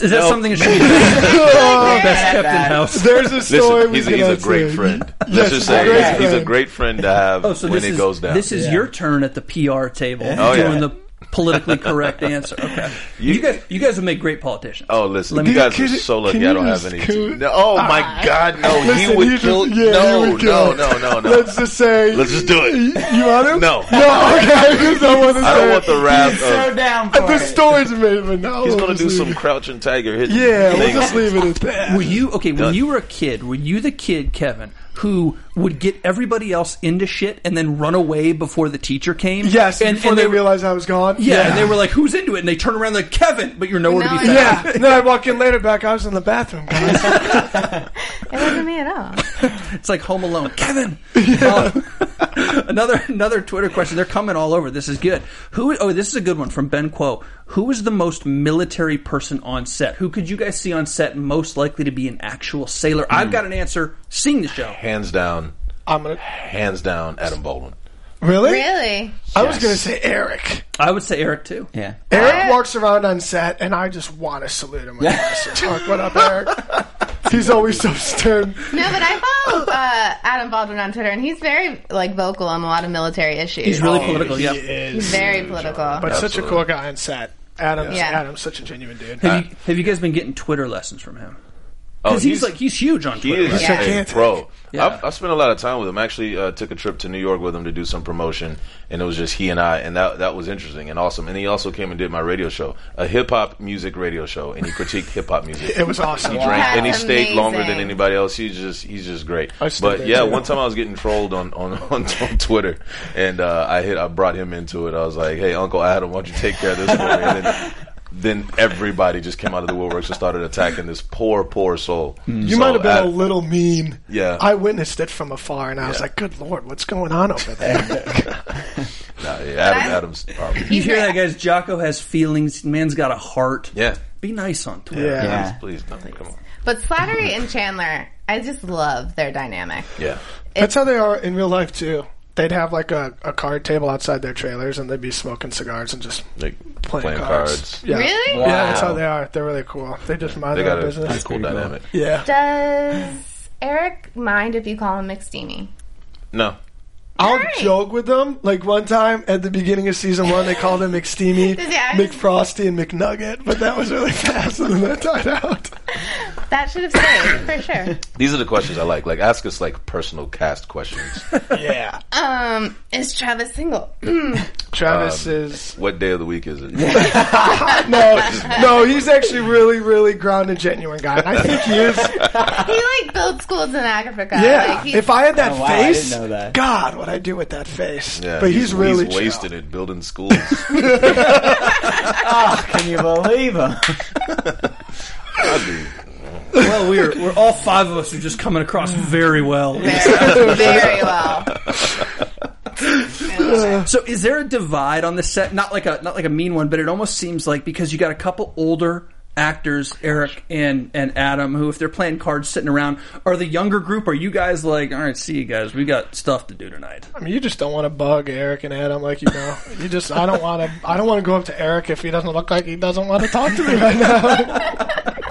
S2: is that
S5: No.
S2: something that should
S5: <laughs>
S2: be best kept in house?
S6: <laughs> There's a story.
S5: Listen,
S6: we
S5: he's, a-
S6: can
S5: he's a
S6: answer.
S5: great friend.
S6: Yes,
S5: Let's just
S6: he's a great
S5: say he's, he's a
S6: friend.
S5: great friend to have
S2: Oh, so
S5: when
S2: this
S5: it
S2: is
S5: goes down.
S2: this is your turn at the PR table
S5: Oh, yeah.
S2: doing the politically correct
S5: <laughs>
S2: answer. Okay, you,
S5: You-
S2: guys you guys would make great politicians.
S5: Oh, listen,
S2: Let
S5: you
S2: me-
S5: guys
S6: Can
S5: are
S6: you-
S5: so
S6: can
S5: lucky
S6: you
S5: I don't have
S6: just
S5: any.
S6: kill-
S5: No, oh my God, no! he
S6: Listen,
S5: would
S6: he's a-
S5: kill.
S6: yeah,
S5: no,
S6: he would kill.
S5: no, no, no, no.
S6: <laughs> Let's just say.
S5: Let's just do it.
S6: You want him?
S5: No.
S6: <laughs> No. Okay. I just don't want to say.
S5: I don't want the wrath of.
S4: so down for
S6: The
S4: it.
S6: story's made, but now
S5: he's
S6: we'll
S5: gonna
S6: just
S5: do
S6: leave
S5: some
S6: it.
S5: crouching tiger hidden.
S6: Yeah, we'll
S2: <laughs>
S5: things.
S6: just leave it at that.
S2: Were you okay when
S5: Done.
S2: you were a kid? Were you the kid, Kevin, who would get everybody else into shit and then run away before the teacher came.
S6: Yes,
S2: and,
S6: before
S2: and
S6: they,
S2: were-
S6: realized I was gone.
S2: Yeah, and they were like, "Who's into it?" And they turn around like, "Kevin," but you're nowhere to
S3: No,
S2: be
S3: I-
S2: found.
S6: yeah. Then I walk in later, back. I was in the bathroom. Guys.
S5: <laughs>
S3: It wasn't me at all.
S2: It's like Home Alone. <laughs> Kevin. Uh, <laughs> another another Twitter question. They're coming all over. This is good. Who? Oh, this is a good one from Ben Quo. Who is the most military person on set? Who could you guys see on set most likely to be an actual sailor? I've got an answer. Seeing the show.
S5: Hands down,
S6: I'm gonna
S5: hands down, Adam Baldwin.
S6: really.
S3: Really?
S6: I was gonna say Eric.
S2: I would say Eric too.
S4: Yeah.
S6: Eric walks around on set, and I just want to salute him. When I pass the truck. What up, Eric? He's always so stern.
S3: No, but I follow uh, Adam Baldwin on Twitter, and he's very like vocal on a lot of military issues.
S2: He's really political. Yeah.
S3: He's very political.
S6: But such a cool guy on set. Adam's,
S3: Yeah.
S6: Adam's such a genuine dude. Uh,
S2: Have you, have you guys been getting Twitter lessons from him?
S5: Oh,
S2: Because Uh, he's, like he's huge on
S5: He
S2: Twitter.
S5: is
S3: Yeah.
S5: a
S6: Gigantic.
S5: bro.
S2: Yeah.
S5: I've, I spent a lot of time with him. Actually, uh, took a trip to New York with him to do some promotion, and it was just he and I, and that that was interesting and awesome. And he also came and did my radio show, a hip hop music radio show, and he critiqued <laughs> hip hop music.
S6: It was awesome.
S5: He drank
S3: That's
S5: and he stayed longer than
S3: amazing.
S5: anybody else. He's just he's just great.
S6: I stayed
S5: But
S6: there
S5: yeah,
S6: too.
S5: one time I was getting trolled on on, <laughs> on, on Twitter, and uh, I hit I brought him into it. I was like, hey, Uncle Adam, why don't you take care of this for me? And then, then everybody just came out of the woodworks and started attacking this poor, poor soul.
S6: You
S5: So
S6: might have been
S5: Ad-
S6: a little mean.
S5: Yeah.
S6: I witnessed it from afar, and I was
S5: Yeah.
S6: like, good lord, what's going on
S5: <laughs>
S6: over there?
S5: Nah, yeah, Adam,
S3: I-
S5: Adam's. um,
S2: You hear
S3: very-
S2: that, guys? Jocko has feelings. Man's got a heart.
S5: yeah.
S2: Be nice on Twitter.
S6: yeah.
S4: Yeah.
S5: Please, no, come on.
S3: But Slattery and Chandler, I just love their dynamic.
S5: Yeah.
S6: That's how they are in real life, too. They'd have like a, a card table outside their trailers, and they'd be smoking cigars and just
S5: Like
S6: playing,
S5: playing
S6: cards.
S5: cards.
S6: Yeah.
S3: Really?
S6: Yeah, that's
S4: Wow.
S6: how they are. They're really cool. They just mind
S5: They
S6: their
S5: got
S6: own
S5: a pretty
S6: business.
S5: cool dynamic.
S6: <laughs> Yeah.
S3: Does Eric mind if you call him McSteamy?
S5: No.
S6: I'll
S3: Alright.
S6: joke with them. Like one time at the beginning of season one, they called him McSteamy,
S3: <laughs> Does he actually-
S6: McFrosty, and McNugget, but that was really <laughs> fast, and then that
S5: <laughs>
S6: died out.
S3: That should have stayed for sure.
S5: These are the questions I like. Like, ask us like personal cast
S6: <laughs>
S5: questions.
S6: Yeah.
S3: Um, is Travis single? <clears throat>
S6: Travis is
S5: what day of the week is it?
S6: no,
S3: Um,
S6: no. He's actually really, really grounded, genuine guy. And I think he is.
S3: he like built schools in Africa.
S6: Yeah.
S3: Like, he-
S6: if I had that
S4: Oh, wow, I didn't
S6: face,
S4: know that.
S6: God, what I do with that face?
S5: Yeah,
S6: but he's, really
S5: he's
S6: chill.
S5: wasted it building
S6: <laughs>
S5: schools.
S4: Oh, Can you believe
S5: <laughs>
S4: him?
S2: Well, we're we're all five of us are just coming across very well.
S3: very, very well.
S2: So, is there a divide on the set? Not like a not like a mean one, but it almost seems like because you got a couple older actors, Eric and and Adam, who if they're playing cards sitting around, are the younger group? Are you guys like, all right, see you guys, we got stuff to do tonight?
S6: I mean, you just don't want to bug Eric and Adam, like you know. You just, I don't want to. I don't want to go up to Eric if he doesn't look like he doesn't want to talk to me right now. <laughs>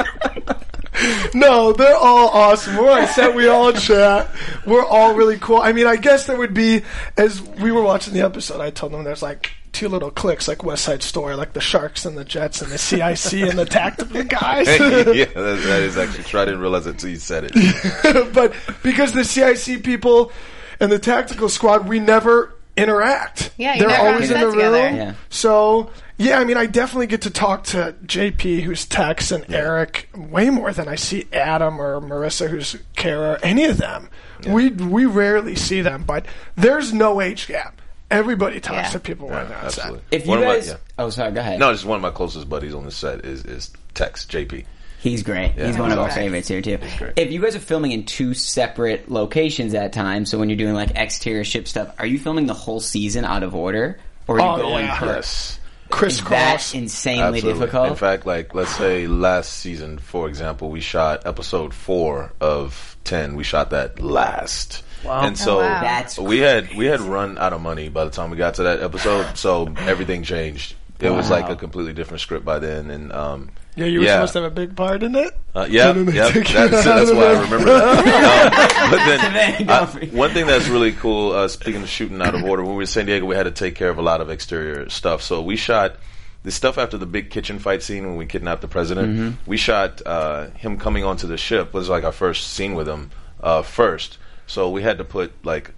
S6: no, they're all awesome. We're on set. We all chat. We're all really cool. I mean, I guess there would be as we were watching the episode. I told them there's like two little cliques, like West Side Story, like the Sharks and the Jets and the CIC and the Tactical guys.
S5: yeah,
S6: <laughs>
S5: that, that is actually true. I didn't realize it until you said it.
S6: but because the CIC people and the tactical squad, we never interact.
S3: Yeah, you're
S6: they're
S3: never on
S6: always
S3: set
S6: in the
S3: together.
S6: room.
S4: Yeah.
S6: So yeah, I mean, I definitely get to talk to JP, who's Tex, and Eric way more than I see Adam or Marissa, who's Kara, or any of them. We we rarely see them, but there's no age gap. Everybody
S3: Yeah.
S6: talks to people when they're on set.
S5: Absolutely.
S4: If you
S5: One of my-
S4: guys,
S5: yeah.
S4: oh sorry, go ahead.
S5: No, just one of my closest buddies on the set is is Tex JP.
S4: He's great. he's one of our favorites here too. If you guys are filming in two separate locations at times, so when you're doing like exterior ship stuff, are you filming the whole season out of order, or are
S6: Oh,
S4: you going
S6: yeah.
S4: per?
S5: Yes.
S6: Crisscross.
S4: That's insanely
S5: Absolutely.
S4: difficult.
S5: In fact, like let's say last season, for example, we shot episode four of ten. We shot that last. Wow. And
S6: Oh,
S5: so
S3: wow.
S4: That's
S5: we had we had run out of money by the time we got to that episode, so everything changed. It was like a completely different script by then, and um,
S6: yeah, you were supposed to have a big part in it.
S5: uh, yeah,
S6: And then they
S5: yeah,
S6: took you
S5: that's,
S6: out
S5: that's
S6: of
S5: why
S6: it.
S5: I remember that. Um, but
S4: <laughs>
S5: then,
S4: Don't
S5: I-
S4: forget.
S5: one thing that's really cool, uh, speaking of shooting out of order, when we were in San Diego, we had to take care of a lot of exterior stuff. So we shot the stuff after the big kitchen fight scene when we kidnapped the president. We shot uh, him coming onto the ship was like our first scene with him uh, first. So we had to put like,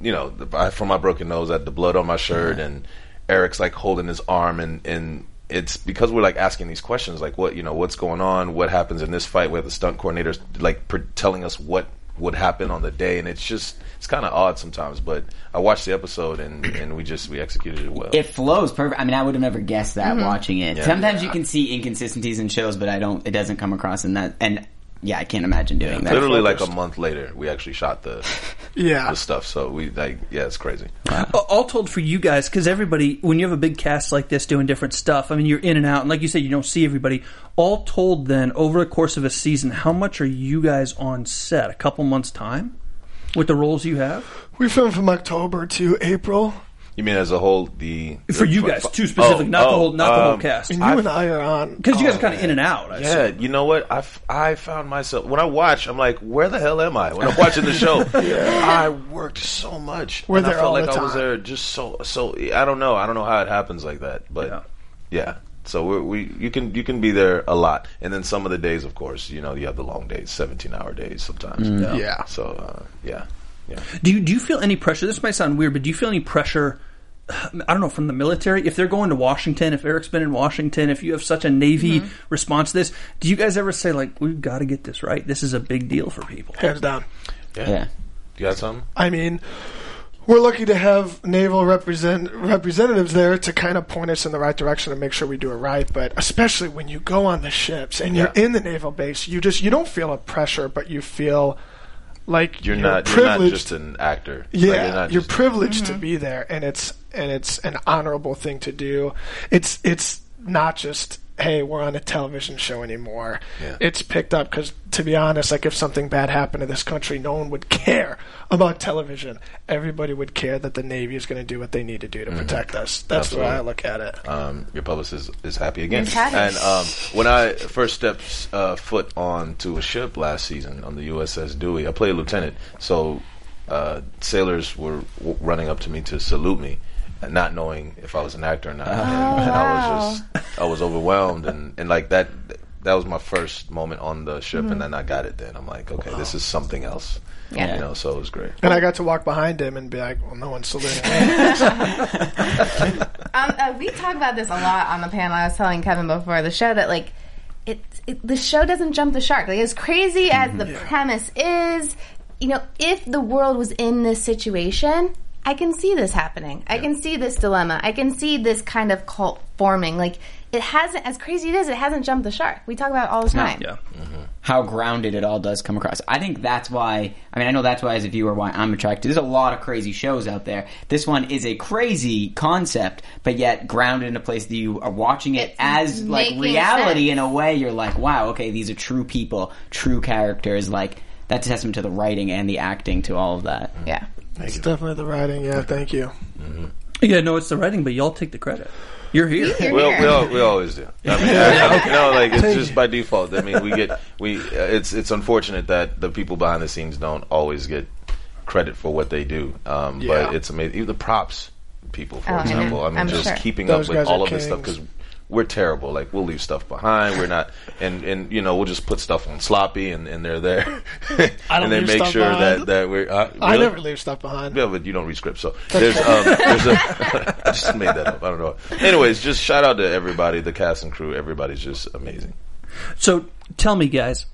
S5: you know, the, I- from my broken nose, I had the blood on my shirt and. Eric's like holding his arm and and it's because we're like asking these questions like what you know what's going on what happens in this fight where the stunt coordinators like pre- telling us what would happen on the day, and it's just it's kind of odd sometimes. But I watched the
S2: <clears throat>
S5: episode, and and we just we executed it well.
S4: It flows perfect. I mean, I would have never guessed that watching it. Sometimes you can see inconsistencies in shows, but I don't. It doesn't come across in that. And yeah, I can't imagine doing that.
S5: Literally like a month later, we actually
S2: <laughs>
S5: shot the
S6: Yeah.
S5: the stuff. So we like yeah, it's crazy.
S2: A- all told for you guys because everybody when you have a big cast like this doing different stuff i mean you're in and out and like you said you don't see everybody all told then over the course of a season how much are you guys on set a couple months time with the roles you have
S6: We filmed from October to April.
S5: You mean as a whole the Oh,
S2: For you
S5: the-
S2: guys, too specific, not the whole- not the whole
S5: um,
S2: cast.
S6: And you and I are on.
S2: because you guys are kind of in and out I
S5: Yeah, you know what? I, f- I found myself when I watch, I'm like, where the hell am I? When I'm watching the
S6: <laughs>
S5: show, I worked so much.
S6: We're
S5: and I
S6: there
S5: felt
S6: all
S5: like
S6: the
S5: I was
S6: time.
S5: there just so so. I don't know. I don't know how it happens like that, but yeah. So we're, we you can you can be there a lot, and then some of the days, of course, you know, you have the long days, 17 hour days sometimes. Yeah.
S6: Yeah.
S5: So uh, yeah, yeah.
S2: Do you do you feel any pressure? This might sound weird, but do you feel any pressure? <sighs> I don't know from the military if they're going to Washington. If Eric's been in Washington, if you have such a Navy response to this, do you guys ever say like, "We've got to get this right. This is a big deal for people."
S6: Oh, Hands down.
S4: Yeah.
S5: You got something?
S6: I mean, we're lucky to have naval represent- representatives there to kind of point us in the right direction and make sure we do it right. But especially when you go on the ships and you're
S5: Yeah.
S6: in the naval base, you just you don't feel a pressure, but you feel like
S5: You're, not you're
S6: privileged.
S5: not just an actor. Like,
S6: yeah, you're,
S5: not just-
S6: privileged to be there, and it's and it's an honorable thing to do. It's it's not just hey, we're on a television show anymore.
S5: Yeah.
S6: It's picked up because to be honest, like if something bad happened to this country, no one would care about television. Everybody would care that the Navy is going to do what they need to do to protect us. That's the way I
S5: Mm-hmm. Absolutely.
S6: look at it.
S5: um, your publicist is, is happy again.
S3: He's happy.
S5: And um, when I first stepped uh, foot onto a ship last season on the USS Dewey, I played lieutenant, so uh, sailors were w- running up to me to salute me, and not knowing if I was an actor or
S3: Oh,
S5: not. and, and I was just, I was overwhelmed, and, and like that, that was my first moment on the ship, and then I got it. Then I'm like, okay, this is something else.
S3: Mm-hmm. Yeah.
S5: You know, so it was great.
S6: And I got to walk behind him and be like, well, no one's saluting me.
S3: um, uh, we talk about this a lot on the panel. I was telling Kevin before the show that like. It, it, the show doesn't jump the shark. Like as crazy as the premise is, you know, if the world was in this situation, I can see this happening. I can see this dilemma. I can see this kind of cult forming. Like it hasn't, as crazy as it is, it hasn't jumped the shark. We talk about it all the time.
S2: Yeah.
S4: how grounded it all does come across. I think that's why. I mean, I know that's why as a viewer, why I'm attracted. There's a lot of crazy shows out there. This one is a crazy concept, but yet grounded in a place that you are watching it
S3: It's
S4: as like
S3: making
S4: reality
S3: sense.
S4: in a way. You're like, wow, okay, these are true people, true characters. Like that's a testament to the writing and the acting to all of that.
S3: Yeah.
S6: it's definitely the writing. Yeah, thank you.
S2: Yeah, no, it's the writing, but y'all take the credit. You're here.
S3: You're
S5: We,
S3: here.
S5: we, al- we always do. I mean, I- I- no, like it's just by default. I mean, we get we. Uh, it's it's unfortunate that the people behind the scenes don't always get credit for what they do. Um,
S6: Yeah.
S5: But it's amazing. Even the props people, for
S3: Oh, I know.
S5: example. I mean,
S3: I'm
S5: just
S3: sure.
S5: keeping up
S6: Those
S5: with
S6: guys are
S5: all of this stuff
S6: kings.
S5: because we're terrible. Like we'll leave stuff behind. We're not, and and you know we'll just put stuff on sloppy, and, and they're there, <laughs> and they
S6: leave
S5: make
S6: stuff
S5: sure
S6: behind.
S5: that that we're. Uh,
S6: I
S5: really?
S6: never leave stuff behind.
S5: Yeah, but you don't read scripts, so there's um, there's a
S6: <laughs>
S5: I just made that up. I don't know. Anyways, just shout out to everybody, the cast and crew. Everybody's just amazing.
S2: So tell me, guys,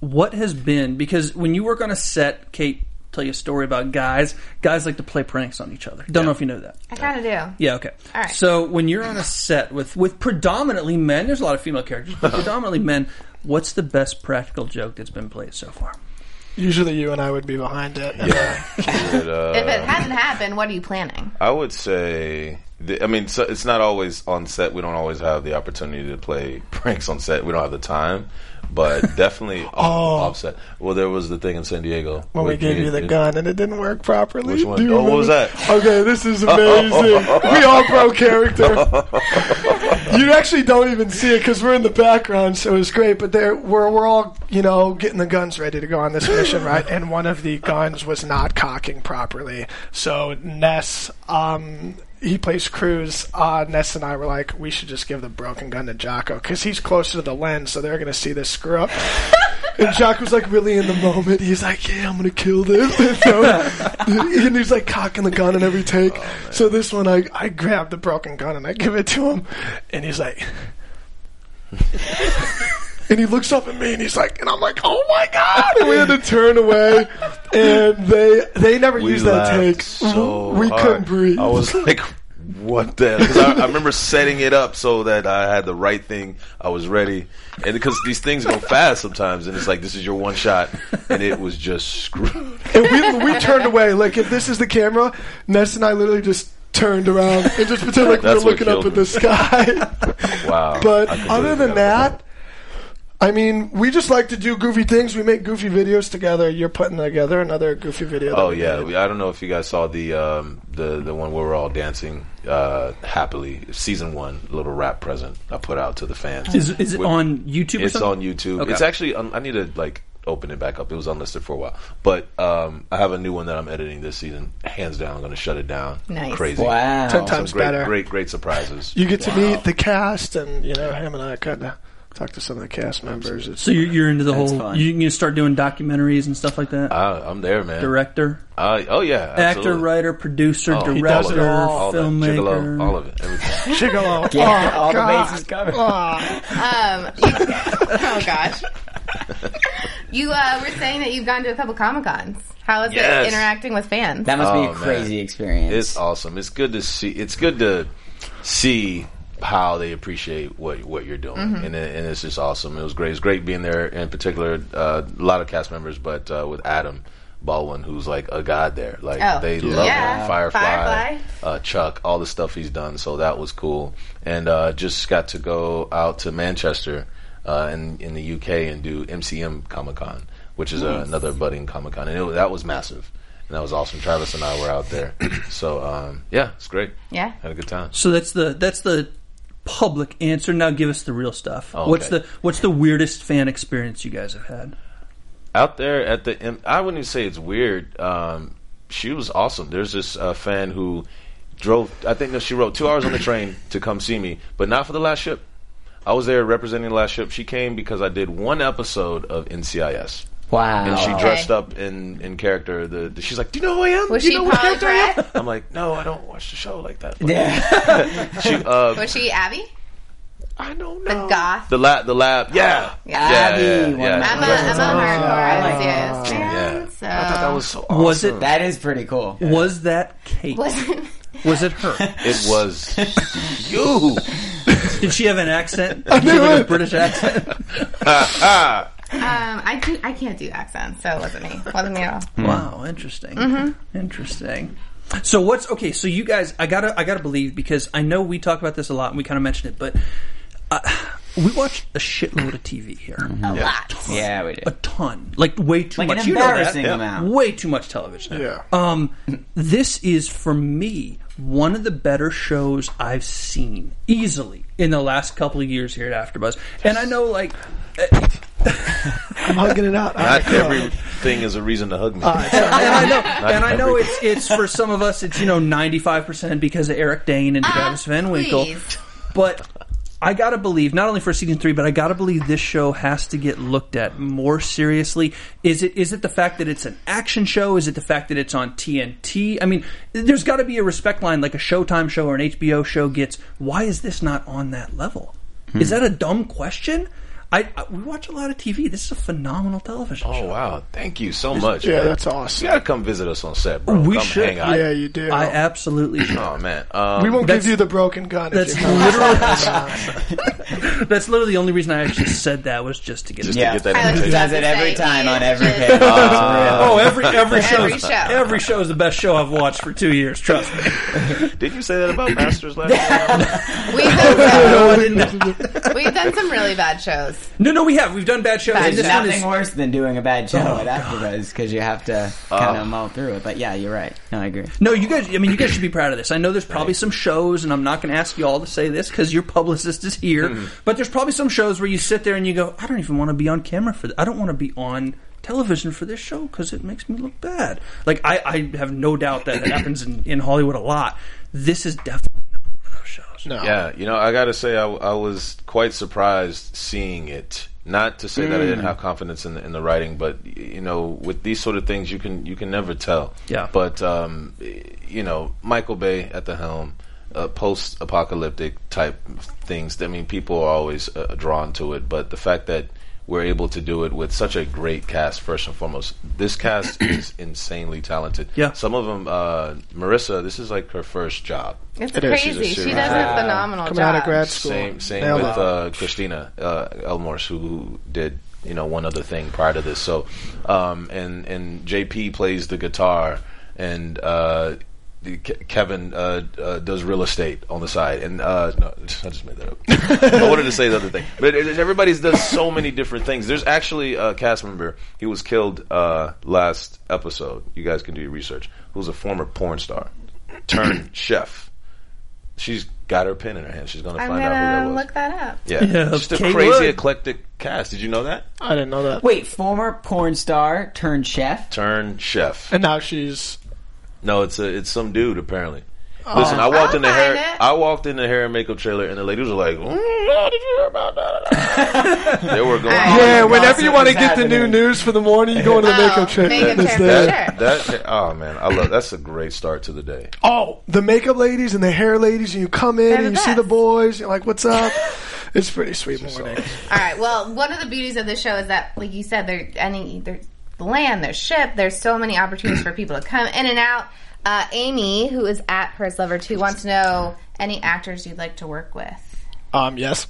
S2: what has been because when you work on a set, Kate, tell you a story about guys. Guys like to play pranks on each other. Don't know if you know that.
S3: I kind of do.
S2: Yeah, okay.
S3: All right.
S2: So when you're on a set with with predominantly men, there's a lot of female characters,
S5: <laughs>
S2: but predominantly men. What's the best practical joke that's been played so far?
S6: Usually you and I would be behind it.
S5: But, uh,
S3: If it hasn't happened, what are you planning?
S5: I would say, the, I mean, so it's not always on set. We don't always have the opportunity to play <laughs> pranks on set. We don't have the time, but
S6: <laughs>
S5: definitely off, off set. Well, there was the thing in San Diego
S6: when Oh. we
S5: with
S6: gave
S5: me
S6: you the
S5: and-
S6: gun and it didn't work properly.
S5: Which one?
S6: Do you
S5: Oh, what
S6: remember?
S5: was that?
S6: Okay,
S5: <laughs>
S6: this is amazing. we all pro character. you actually don't even see it because we're in the background, so it's great. But there, we're we're all you know getting the guns ready to go on this mission, right? And one of the guns was not cocking properly, so Ness. Um, he plays Cruz. Uh, Ness and I were like, we should just give the broken gun to Jocko because he's closer to the lens, so they're gonna see this screw up. And Jack was like really in the moment. He's like, "Yeah, I'm gonna kill this." <laughs> And, so, and he's like cocking the gun in every take.
S5: Oh,
S6: so this one, I I grab the broken gun and I give it to him, and he's like, <laughs> And he looks up at me and he's like, and I'm like, oh my god! And we had to turn away, and they they never
S5: We
S6: used that
S5: laughed
S6: take.
S5: So
S6: <laughs> we
S5: hard.
S6: couldn't breathe.
S5: I
S6: <laughs>
S5: was like, "What the?" hell? 'Cause I, I remember setting it up so that I had the right thing. I was ready, and because these things go fast sometimes, and it's like this is your one shot, and it was just
S6: <laughs>
S5: screwed.
S6: and we we turned away. Like if this is the camera, Ness and I literally just turned around and just pretend like we were
S5: That's what
S6: looking up
S5: killed
S6: at the
S5: me.
S6: sky.
S5: <laughs> Wow.
S6: But
S5: I completely
S6: other than
S5: forgot about
S6: that, I mean, we just like to do goofy things. We make goofy videos together. You're putting together another goofy video. that
S5: Oh
S6: we
S5: yeah,
S6: made.
S5: we, I don't know if you guys saw the um, the the one where we're all dancing uh, happily. Season one, little rap present I put out to the fans.
S2: Is, is it
S5: With-
S2: on YouTube? or
S5: It's
S2: something?
S5: on YouTube.
S2: Okay.
S5: It's actually um, I need to like open it back up. It was unlisted for a while, but um, I have a new one that I'm editing this season. Hands down, I'm going to shut it down.
S3: Nice.
S5: crazy.
S4: Wow.
S6: Ten times.
S5: Some great,
S6: better.
S5: great, great surprises.
S6: You get to meet the cast, and you know him and I kind of talk to some of the cast members. It's,
S2: So you're, you're into the
S4: That's
S2: whole.
S4: fun.
S2: You, you're gonna start doing documentaries and stuff like that.
S5: I, I'm there, man.
S2: Director,
S5: I- oh yeah,
S2: actor,
S5: Uh, absolutely.
S2: writer, producer,
S5: Oh,
S2: director,
S6: does it all.
S5: all that,
S2: filmmaker.
S5: Gigolo, all of it, everything.
S6: Gigolo.
S4: Yeah, <laughs>
S6: Oh,
S4: all
S6: God.
S4: the bases covered.
S3: Um, <laughs> oh gosh. You uh, were saying that you've gone to a couple comic cons. How is
S5: Yes.
S3: it interacting with fans?
S4: That must be
S5: Oh,
S4: a
S5: man.
S4: crazy experience.
S5: It's awesome. It's good to see. It's good to see how they appreciate what what you're doing,
S3: Mm-hmm.
S5: and it, and it's just awesome. It was great. It's great being there. In particular, uh, a lot of cast members, but uh, with Adam Baldwin, who's like a god there. Like
S3: Oh,
S5: they love
S3: yeah.
S5: him. Firefly,
S3: Firefly.
S5: Uh, Chuck, all the stuff he's done. So that was cool, and uh, just got to go out to Manchester. Uh, in in the UK and do MCM Comic Con, which is uh, another budding Comic Con, and it, wa- that was massive and that was awesome. Travis and I were out there, so um, yeah, it's great.
S3: Yeah.
S5: had a good time.
S2: So that's the that's the public answer. Now give us the real stuff.
S5: Oh,
S2: What's
S5: okay.
S2: the what's the weirdest fan experience you guys have had?
S5: Out there at the, M- I wouldn't even say it's weird. Um, she was awesome. There's this uh, fan who drove. I think that she rode two hours on the train to come see me, but not for the last ship. I was there representing the last ship. She came because I did one episode of NCIS.
S4: wow. <laughs>
S5: And she
S3: Oh. Okay.
S5: dressed up in, in character. The, the- she's like, "Do you know who I am?
S3: Was
S5: Do
S3: she
S5: you know what character I am?"
S3: polygraph?
S5: I'm like, "No, I don't watch the show like that." But
S4: yeah.
S5: she, uh,
S3: Was she Abby?
S5: I don't know.
S3: goth?
S5: The lab. The lab. Yeah.
S3: Yeah.
S4: Abby,
S5: Yeah.
S4: one
S5: yeah,
S4: of
S5: yeah.
S3: I'm a, I'm a hardcore
S4: like
S3: serious
S5: Yeah.
S3: fan. So
S5: I thought that was so awesome.
S2: Was it
S4: that is pretty cool.
S2: was that Kate?
S3: wasn't.
S2: Was it her?
S5: It was
S3: <laughs>
S5: you.
S2: Did she have an accent? Did she have like a British accent?
S3: <laughs> Um, I do. I can't do accents, so it wasn't me. Wasn't me at all.
S5: Hmm.
S2: Wow, interesting. Interesting. So what's okay? So you guys, I gotta, I gotta believe because I know we talk about this a lot and we kind of mentioned it, but uh, we watch a shitload of TV here,
S3: A lot.
S4: Yeah, we did.
S2: a ton, like way too
S4: Like
S2: much.
S4: an
S2: You know that.
S4: embarrassing amount.
S2: way too much television.
S6: Yeah.
S2: Um, this is for me one of the better shows I've seen easily in the last couple of years here at AfterBuzz, and I know like
S6: I'm hugging it out.
S5: Not everything is a reason to hug me.
S2: and I know, and I know it's it's for some of us. It's you know ninety five percent because of Eric Dane and Travis Van Winkle,
S3: please.
S2: but. I gotta believe not only for season three, but I gotta believe this show has to get looked at more seriously. Is it is it the fact that it's an action show? Is it the fact that it's on TNT? I mean, there's got to be a respect line like a Showtime show or an HBO show gets. Why is this not on that level? Is that a dumb question? I, I we watch a lot of TV. This is a phenomenal television show.
S5: oh wow! Thank you so much.
S6: Yeah,
S5: man.
S6: that's awesome.
S5: You gotta come visit us on set, bro.
S2: We
S5: come
S2: should.
S5: hang out.
S6: Yeah, you do.
S2: I absolutely.
S5: Oh man. Um,
S6: we won't give
S2: that's-
S6: you the broken gun.
S2: That's
S6: if you come.
S2: <laughs> literally <laughs> that's literally the only reason I actually said that was just to get
S5: Just
S2: it.
S4: Yeah.
S5: to get that
S3: I was
S4: He
S5: invitation.
S3: about
S5: Ah.
S4: does it every
S3: Say
S4: time on
S3: it.
S4: every
S3: Just-
S4: page.
S2: <laughs> Oh, every every show,
S3: Every show.
S2: every show is the best show I've watched for two years. Trust <laughs> me.
S5: Did you say that
S6: <clears throat>
S5: about Masters last year?
S3: We've
S5: <laughs>
S3: done,
S2: No, I Oh, didn't.
S3: some, we've done some really bad shows.
S2: no, no, we have. We've done bad shows. and
S4: There's
S2: this one
S4: nothing
S2: is,
S4: worse Oh, than doing a bad show at AfterBuzz because you have to
S5: Ah.
S4: kind of mull through it. But yeah, you're right. No, I agree.
S2: no, you guys. I mean, you guys should be proud of this. I know there's probably some shows, and I'm not going to ask you all to say this because your publicist is here. But there's probably some shows where you sit there and you go, I don't even want to be on camera for. This. I don't want to be on television for this show because it makes me look bad. Like I, I have no doubt that it happens in, in Hollywood a lot. This is definitely not one of those shows.
S6: No.
S5: Yeah, you know, I gotta say, I, I was quite surprised seeing it. Not to say that I
S6: Mm.
S5: didn't have confidence in the, in the writing, but y- you know, with these sort of things, you can you can never tell.
S2: Yeah.
S5: But um, y- you know, Michael Bay at the helm, uh, post-apocalyptic type things. I mean, people are always uh, drawn to it, but the fact that we're able to do it with such a great cast. First and foremost, this cast
S6: <clears throat>
S5: is insanely talented.
S2: Yeah.
S5: some of them. Uh, Marissa, this is like her first job.
S3: It's
S6: It is.
S3: crazy.
S5: She's a
S3: she
S5: serious
S3: does a
S5: actor.
S3: phenomenal
S6: Coming
S3: job.
S6: out of grad school.
S5: Same, same
S6: Nailed
S5: with
S6: it.
S5: uh, Christina uh, Elmore, who, who did you know one other thing prior to this. So, um, and and JP plays the guitar, and uh, the- Ke- Kevin uh, uh, does real estate on the side. And uh, no, <laughs> I just made that up. I wanted to say the other thing, but it, it- everybody's does so many different things. There's actually a cast member. He was killed uh, last episode. You guys can do your research. Who's a former porn star turned chef. She's got her pen in her hand. She's gonna
S3: I'm
S5: find out who that
S3: gonna
S5: was.
S3: look that up.
S5: Yeah,
S2: Yeah,
S5: just a
S2: Kate
S5: crazy
S2: Wood.
S5: eclectic cast. Did you know that?
S6: I didn't know that.
S4: Wait, former porn star turned
S5: <laughs>
S4: chef.
S5: Turn chef.
S6: And now she's
S5: No, it's a it's some dude apparently. Listen, I walked
S3: Oh, I'll
S5: in the
S3: find
S5: hair.
S3: it.
S5: I walked in the hair and makeup trailer, and the ladies were like, "Mm, how "Did you hear about that?"
S3: <laughs>
S5: they were going.
S6: yeah.
S4: Oh,
S6: Whenever
S4: gossip
S6: you want to
S4: is
S6: get the new
S4: happening.
S6: news for the morning, you go into the
S3: Oh,
S6: makeup chair.
S3: makeup
S6: It's
S3: chair,
S6: there.
S3: sure.
S5: that, that, oh man, I love that's a great start to the day.
S6: <laughs> Oh, the makeup ladies and the hair ladies, and you come in
S3: They're
S6: and
S3: the
S6: you see
S3: best.
S6: the boys. You're like,
S3: <laughs>
S6: "What's up?" it's pretty sweet morning.
S3: All right. Well, one of the beauties of the show is that, like you said, there any there's land, there's ship, there's so many opportunities for people to come in and out. Uh, Amy, who is at Purse Lover Two, wants to know any actors you'd like to work with.
S6: Um, yes,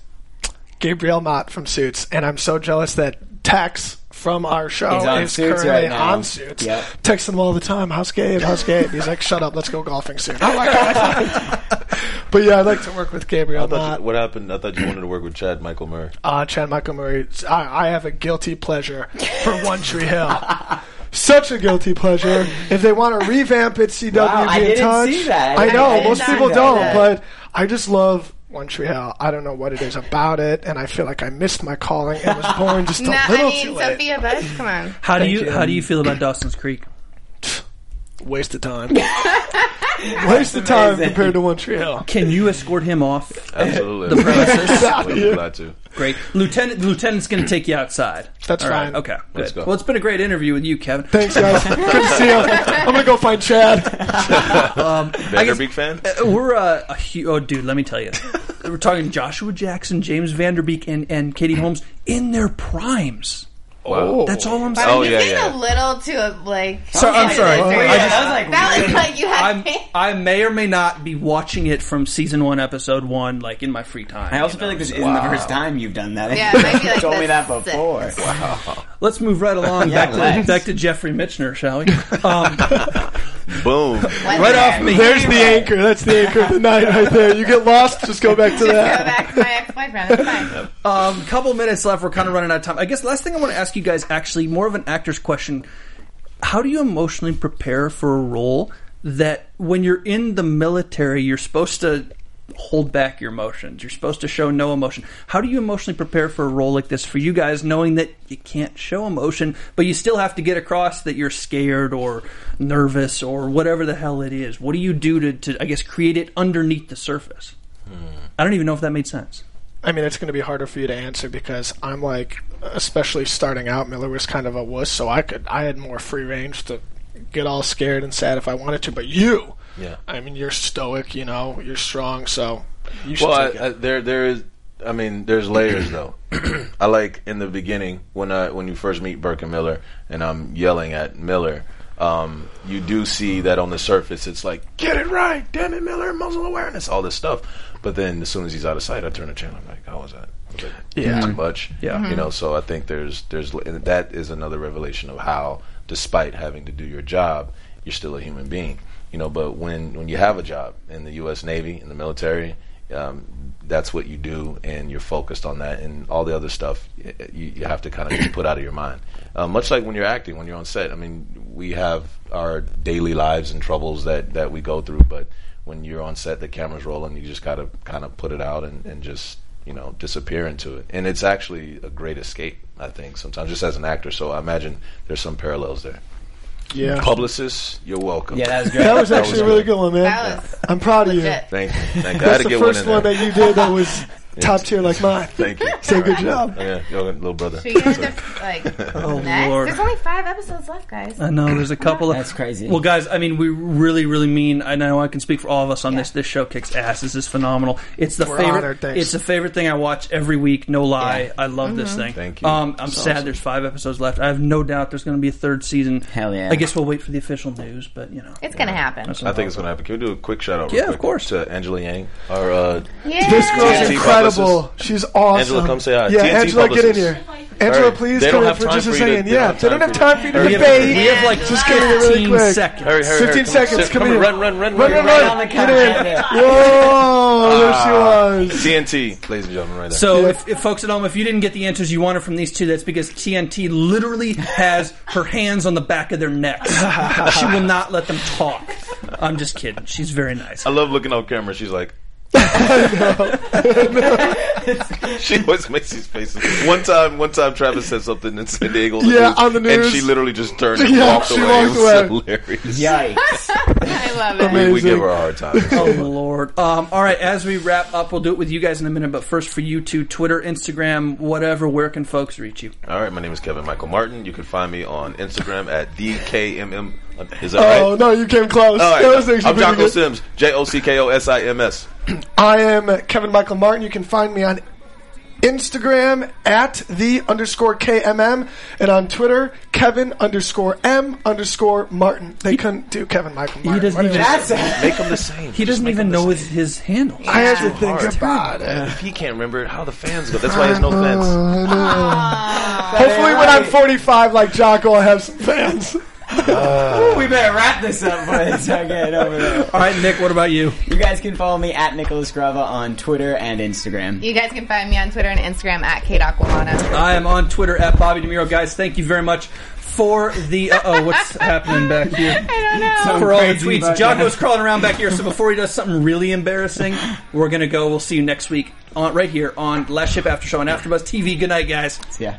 S6: Gabriel Mott from Suits, and I'm so jealous that Tex from our show
S4: He's on
S6: is
S4: Suits
S6: currently
S4: right now.
S6: on Suits.
S4: Yep.
S6: Texting him all the time, "How's Gabe? <laughs> How's Gabe?" He's like, "Shut up, let's go golfing soon."
S4: <laughs>
S6: but yeah, I'd like to work with Gabriel
S5: I thought
S6: Mott.
S5: you, what happened? I thought you wanted to work with Chad Michael Murray.
S6: uh, Chad Michael Murray. I, I have a guilty pleasure for One
S4: <laughs>
S6: Tree Hill. Such a guilty pleasure. If they want to revamp it, CW
S4: Wow,
S6: be
S4: I
S6: in
S4: didn't
S6: touch.
S4: see that.
S6: I
S4: I
S6: know
S4: didn't
S6: most
S4: see
S6: people
S4: that.
S6: don't, but I just love One Tree Hill. I don't know what it is about it, and I feel like I missed my calling and was
S3: <laughs>
S6: born just a
S3: Not, I
S6: little
S3: mean,
S6: too late.
S3: Sophia Bush. Come <laughs> on.
S2: How do
S6: Thank
S2: you,
S6: you.
S2: how do you feel about Dawson's Creek?
S6: Waste
S4: <laughs>
S6: of time. Waste of time
S4: amazing.
S6: compared to One Tree Hill.
S2: Can you escort him off?
S5: <laughs> Absolutely, the
S2: premises.
S5: glad to.
S2: <laughs> Great, Lieutenant. the Lieutenant's going to take you outside.
S6: That's
S2: All right,
S6: fine.
S2: Okay, good.
S5: Let's go.
S2: Well, it's been a great interview with you, Kevin.
S6: Thanks, guys. Good to see you. I'm gonna go find Chad.
S4: <laughs>
S5: Vanderbeek fan.
S2: We're uh, a hu- oh, dude. Let me tell you, <laughs> we're talking Joshua Jackson, James Vanderbeek, and and Katie Holmes in their primes.
S5: Wow.
S2: That's all I'm saying.
S5: Oh,
S3: you
S5: yeah,
S3: seem a
S5: yeah.
S3: little too like.
S2: So- I'm sorry.
S3: Yeah,
S2: I just-
S4: I was like,
S3: that was like you had.
S2: I'm, I may or may not be watching it from season one, episode one, like in my free time.
S4: I also feel like this isn't the first time you've done that.
S3: Yeah, it
S4: <laughs>
S3: might be like
S4: you told me that
S3: the
S4: before.
S2: Let's move right along
S4: Yeah,
S2: back, to,
S4: relax.
S2: back to Jeffrey Mitchner, shall we? Um,
S5: Boom.
S2: right off me.
S6: There's the anchor. That's the anchor of the night right there. You get lost, just go back to
S3: Go
S6: that.
S3: back to my ex-boyfriend. It's
S5: <laughs>
S3: fine.
S2: Um, couple minutes left. We're kind of running out of time. I guess last thing I want to ask you guys, actually, more of an actor's question. How do you emotionally prepare for a role that, when you're in the military, you're supposed to hold back your emotions? You're supposed to show no emotion. How do you emotionally prepare for a role like this for you guys, knowing that you can't show emotion, but you still have to get across that you're scared or nervous or whatever the hell it is? What do you do to, to I guess, create it underneath the surface? I don't even know if that made sense.
S6: I mean, it's going to be harder for you to answer because I'm like, especially starting out, Miller was kind of a wuss, so I could, I had more free range to get all scared and sad if I wanted to. But you,
S5: Yeah.
S6: I mean, you're stoic, you know, you're strong, so you should
S5: Well,
S6: take
S5: I, I,
S6: it.
S5: there there is. I mean, there's layers though. <clears throat> I like in the beginning when I when you first meet Burke and Miller, and I'm yelling at Miller. Um, you do see that on the surface, it's like get it right, damn it, Miller, muzzle awareness, all this stuff. But then as soon as he's out of sight, I turn the channel. I'm like, how was that? Was that
S6: Yeah.
S5: too much.
S2: Yeah.
S5: you know. So I think there's there's and that is another revelation of how, despite having to do your job, you're still a human being. You know, but when when you have a job in the U.S. Navy in the military, um, that's what you do, and you're focused on that, and all the other stuff y- you, you have to kind of just put out of your mind. Uh, much like when you're acting, when you're on set. I mean, we have our daily lives and troubles that that we go through, but when you're on set, the camera's rolling. You just gotta kind of put it out and, and just you know disappear into it. And it's actually a great escape, I think. Sometimes just as an actor, so I imagine there's some parallels there.
S6: yeah.
S5: Publicists, you're welcome.
S4: Yeah,
S5: <laughs>
S4: that was great.
S6: that was actually a really good one, man.
S3: That was
S6: I'm proud of you.
S3: legit.
S5: Thank you. Thank you. I had
S6: That's
S5: to
S6: the
S5: get one
S6: first
S5: in
S6: one
S5: there. <laughs>
S6: that you did that was top tier like mine.
S5: Thank you. Oh,
S6: So good
S5: All
S6: job.
S5: Okay, yo, little brother.
S3: Should we get into,
S2: <laughs>
S3: like
S2: Oh
S3: next?
S2: lord.
S3: There's only five episodes left, guys.
S2: I know there's a couple of
S4: That's crazy.
S2: Well, guys, I mean, we really, really mean. I know I can speak for all of us on
S3: Yeah.
S2: this. This show kicks ass. This is phenomenal. It's the
S6: We're
S2: favorite.
S6: honored, thanks. Mm-hmm.
S2: it's the favorite thing I watch every week. No lie, I love this thing.
S5: Thank you.
S2: Um, I'm sad there's five episodes left. I have no doubt there's going to be a third season.
S4: Hell yeah.
S2: I guess we'll wait for the official news, but you know.
S3: It's gonna happen.
S5: I think it's going to happen. Can we do a quick shout out?
S2: Yeah,
S5: real
S2: of
S5: quick
S2: course.
S5: To Angela Yang, our uh,
S3: Yeah.
S6: This girl's
S5: TNT
S6: incredible.
S5: publicist.
S6: She's awesome.
S5: Angela, come say hi.
S6: Yeah,
S5: TNT
S6: Angela, get in here.
S5: publicist.
S6: Angela,
S5: Hurry.
S6: please
S5: They
S6: come
S5: don't
S6: in
S5: have
S6: for
S5: time
S6: just a
S5: for you to-
S6: second.
S5: they
S6: Yeah,
S5: don't have
S6: they don't
S5: time
S6: have
S5: for you.
S6: time for you to
S2: we have, we
S6: debate.
S2: have like
S6: Just get in here really
S2: 15
S6: quick.
S2: seconds.
S5: Hurry, hurry, hurry.
S6: 15
S5: Come on,
S6: seconds,
S5: sit- Come
S6: come
S5: on,
S6: here.
S5: run, run, run,
S6: Run,
S5: run,
S6: run,
S5: run.
S6: run. Get in. Whoa,
S5: Ah.
S6: there she was.
S5: TNT, ladies and gentlemen, right there.
S2: So, if, if folks at home, if you didn't get the answers you wanted from these two, that's because TNT literally has her hands on the back of their
S6: <laughs>
S2: necks. she will not let them talk. I'm just kidding. She's very nice.
S5: I love looking on camera. She's
S6: <laughs>
S5: like. <laughs> she always makes these faces. One time, one time, Travis said something in San Diego.
S6: Yeah, on the
S5: and
S6: news.
S5: she literally just turned and
S6: Yeah,
S5: walked
S6: she
S5: away. it
S6: walked away.
S5: was hilarious.
S4: Yikes.
S3: <laughs> I love it.
S5: We, we
S6: Amazing.
S5: give her a hard time.
S6: <laughs>
S2: Oh Lord! Um, all right, as we wrap up, we'll do it with you guys in a minute. But first, for you two, Twitter, Instagram, whatever. Where can folks reach you?
S5: All right, my name is Kevin Michael Martin. You can find me on Instagram at DKMM. Is that right?
S6: Oh, no, you came close.
S5: All
S6: That was
S5: right.
S6: actually
S5: I'm
S6: pretty
S5: Jocko
S6: good.
S5: Sims. J O C K O S I M S.
S6: I am Kevin Michael Martin. You can find me on Instagram at the underscore KMM and on Twitter, Kevin underscore M underscore Martin. They couldn't do Kevin Michael Martin.
S2: doesn't
S6: What
S2: even-
S6: is-
S4: That's a-
S5: Make them the same.
S2: He doesn't even know his, his handle.
S6: I had to think about it.
S5: <laughs> If he can't remember it, how the fans go. That's why there's no fans.
S6: Hopefully, when I'm 45, like Jocko, I'll have some fans.
S4: we better wrap this up before <laughs> they start getting over there.
S2: All right, Nick, what about you?
S4: You guys can follow me at Nicholas Grava on Twitter and Instagram.
S3: You guys can find me on Twitter and Instagram at kdokwalana.
S2: I am on Twitter at Bobby Demuro. Guys, thank you very much for the. Uh oh, <laughs> what's happening back here?
S3: I don't know.
S2: For all the
S4: Crazy
S2: tweets.
S4: button.
S2: Jocko's crawling around back here, so before he does something really embarrassing, we're going to go. We'll see you next week on right here on Last Ship After Show on AfterBuzz TV. Good night, guys.
S4: Yeah.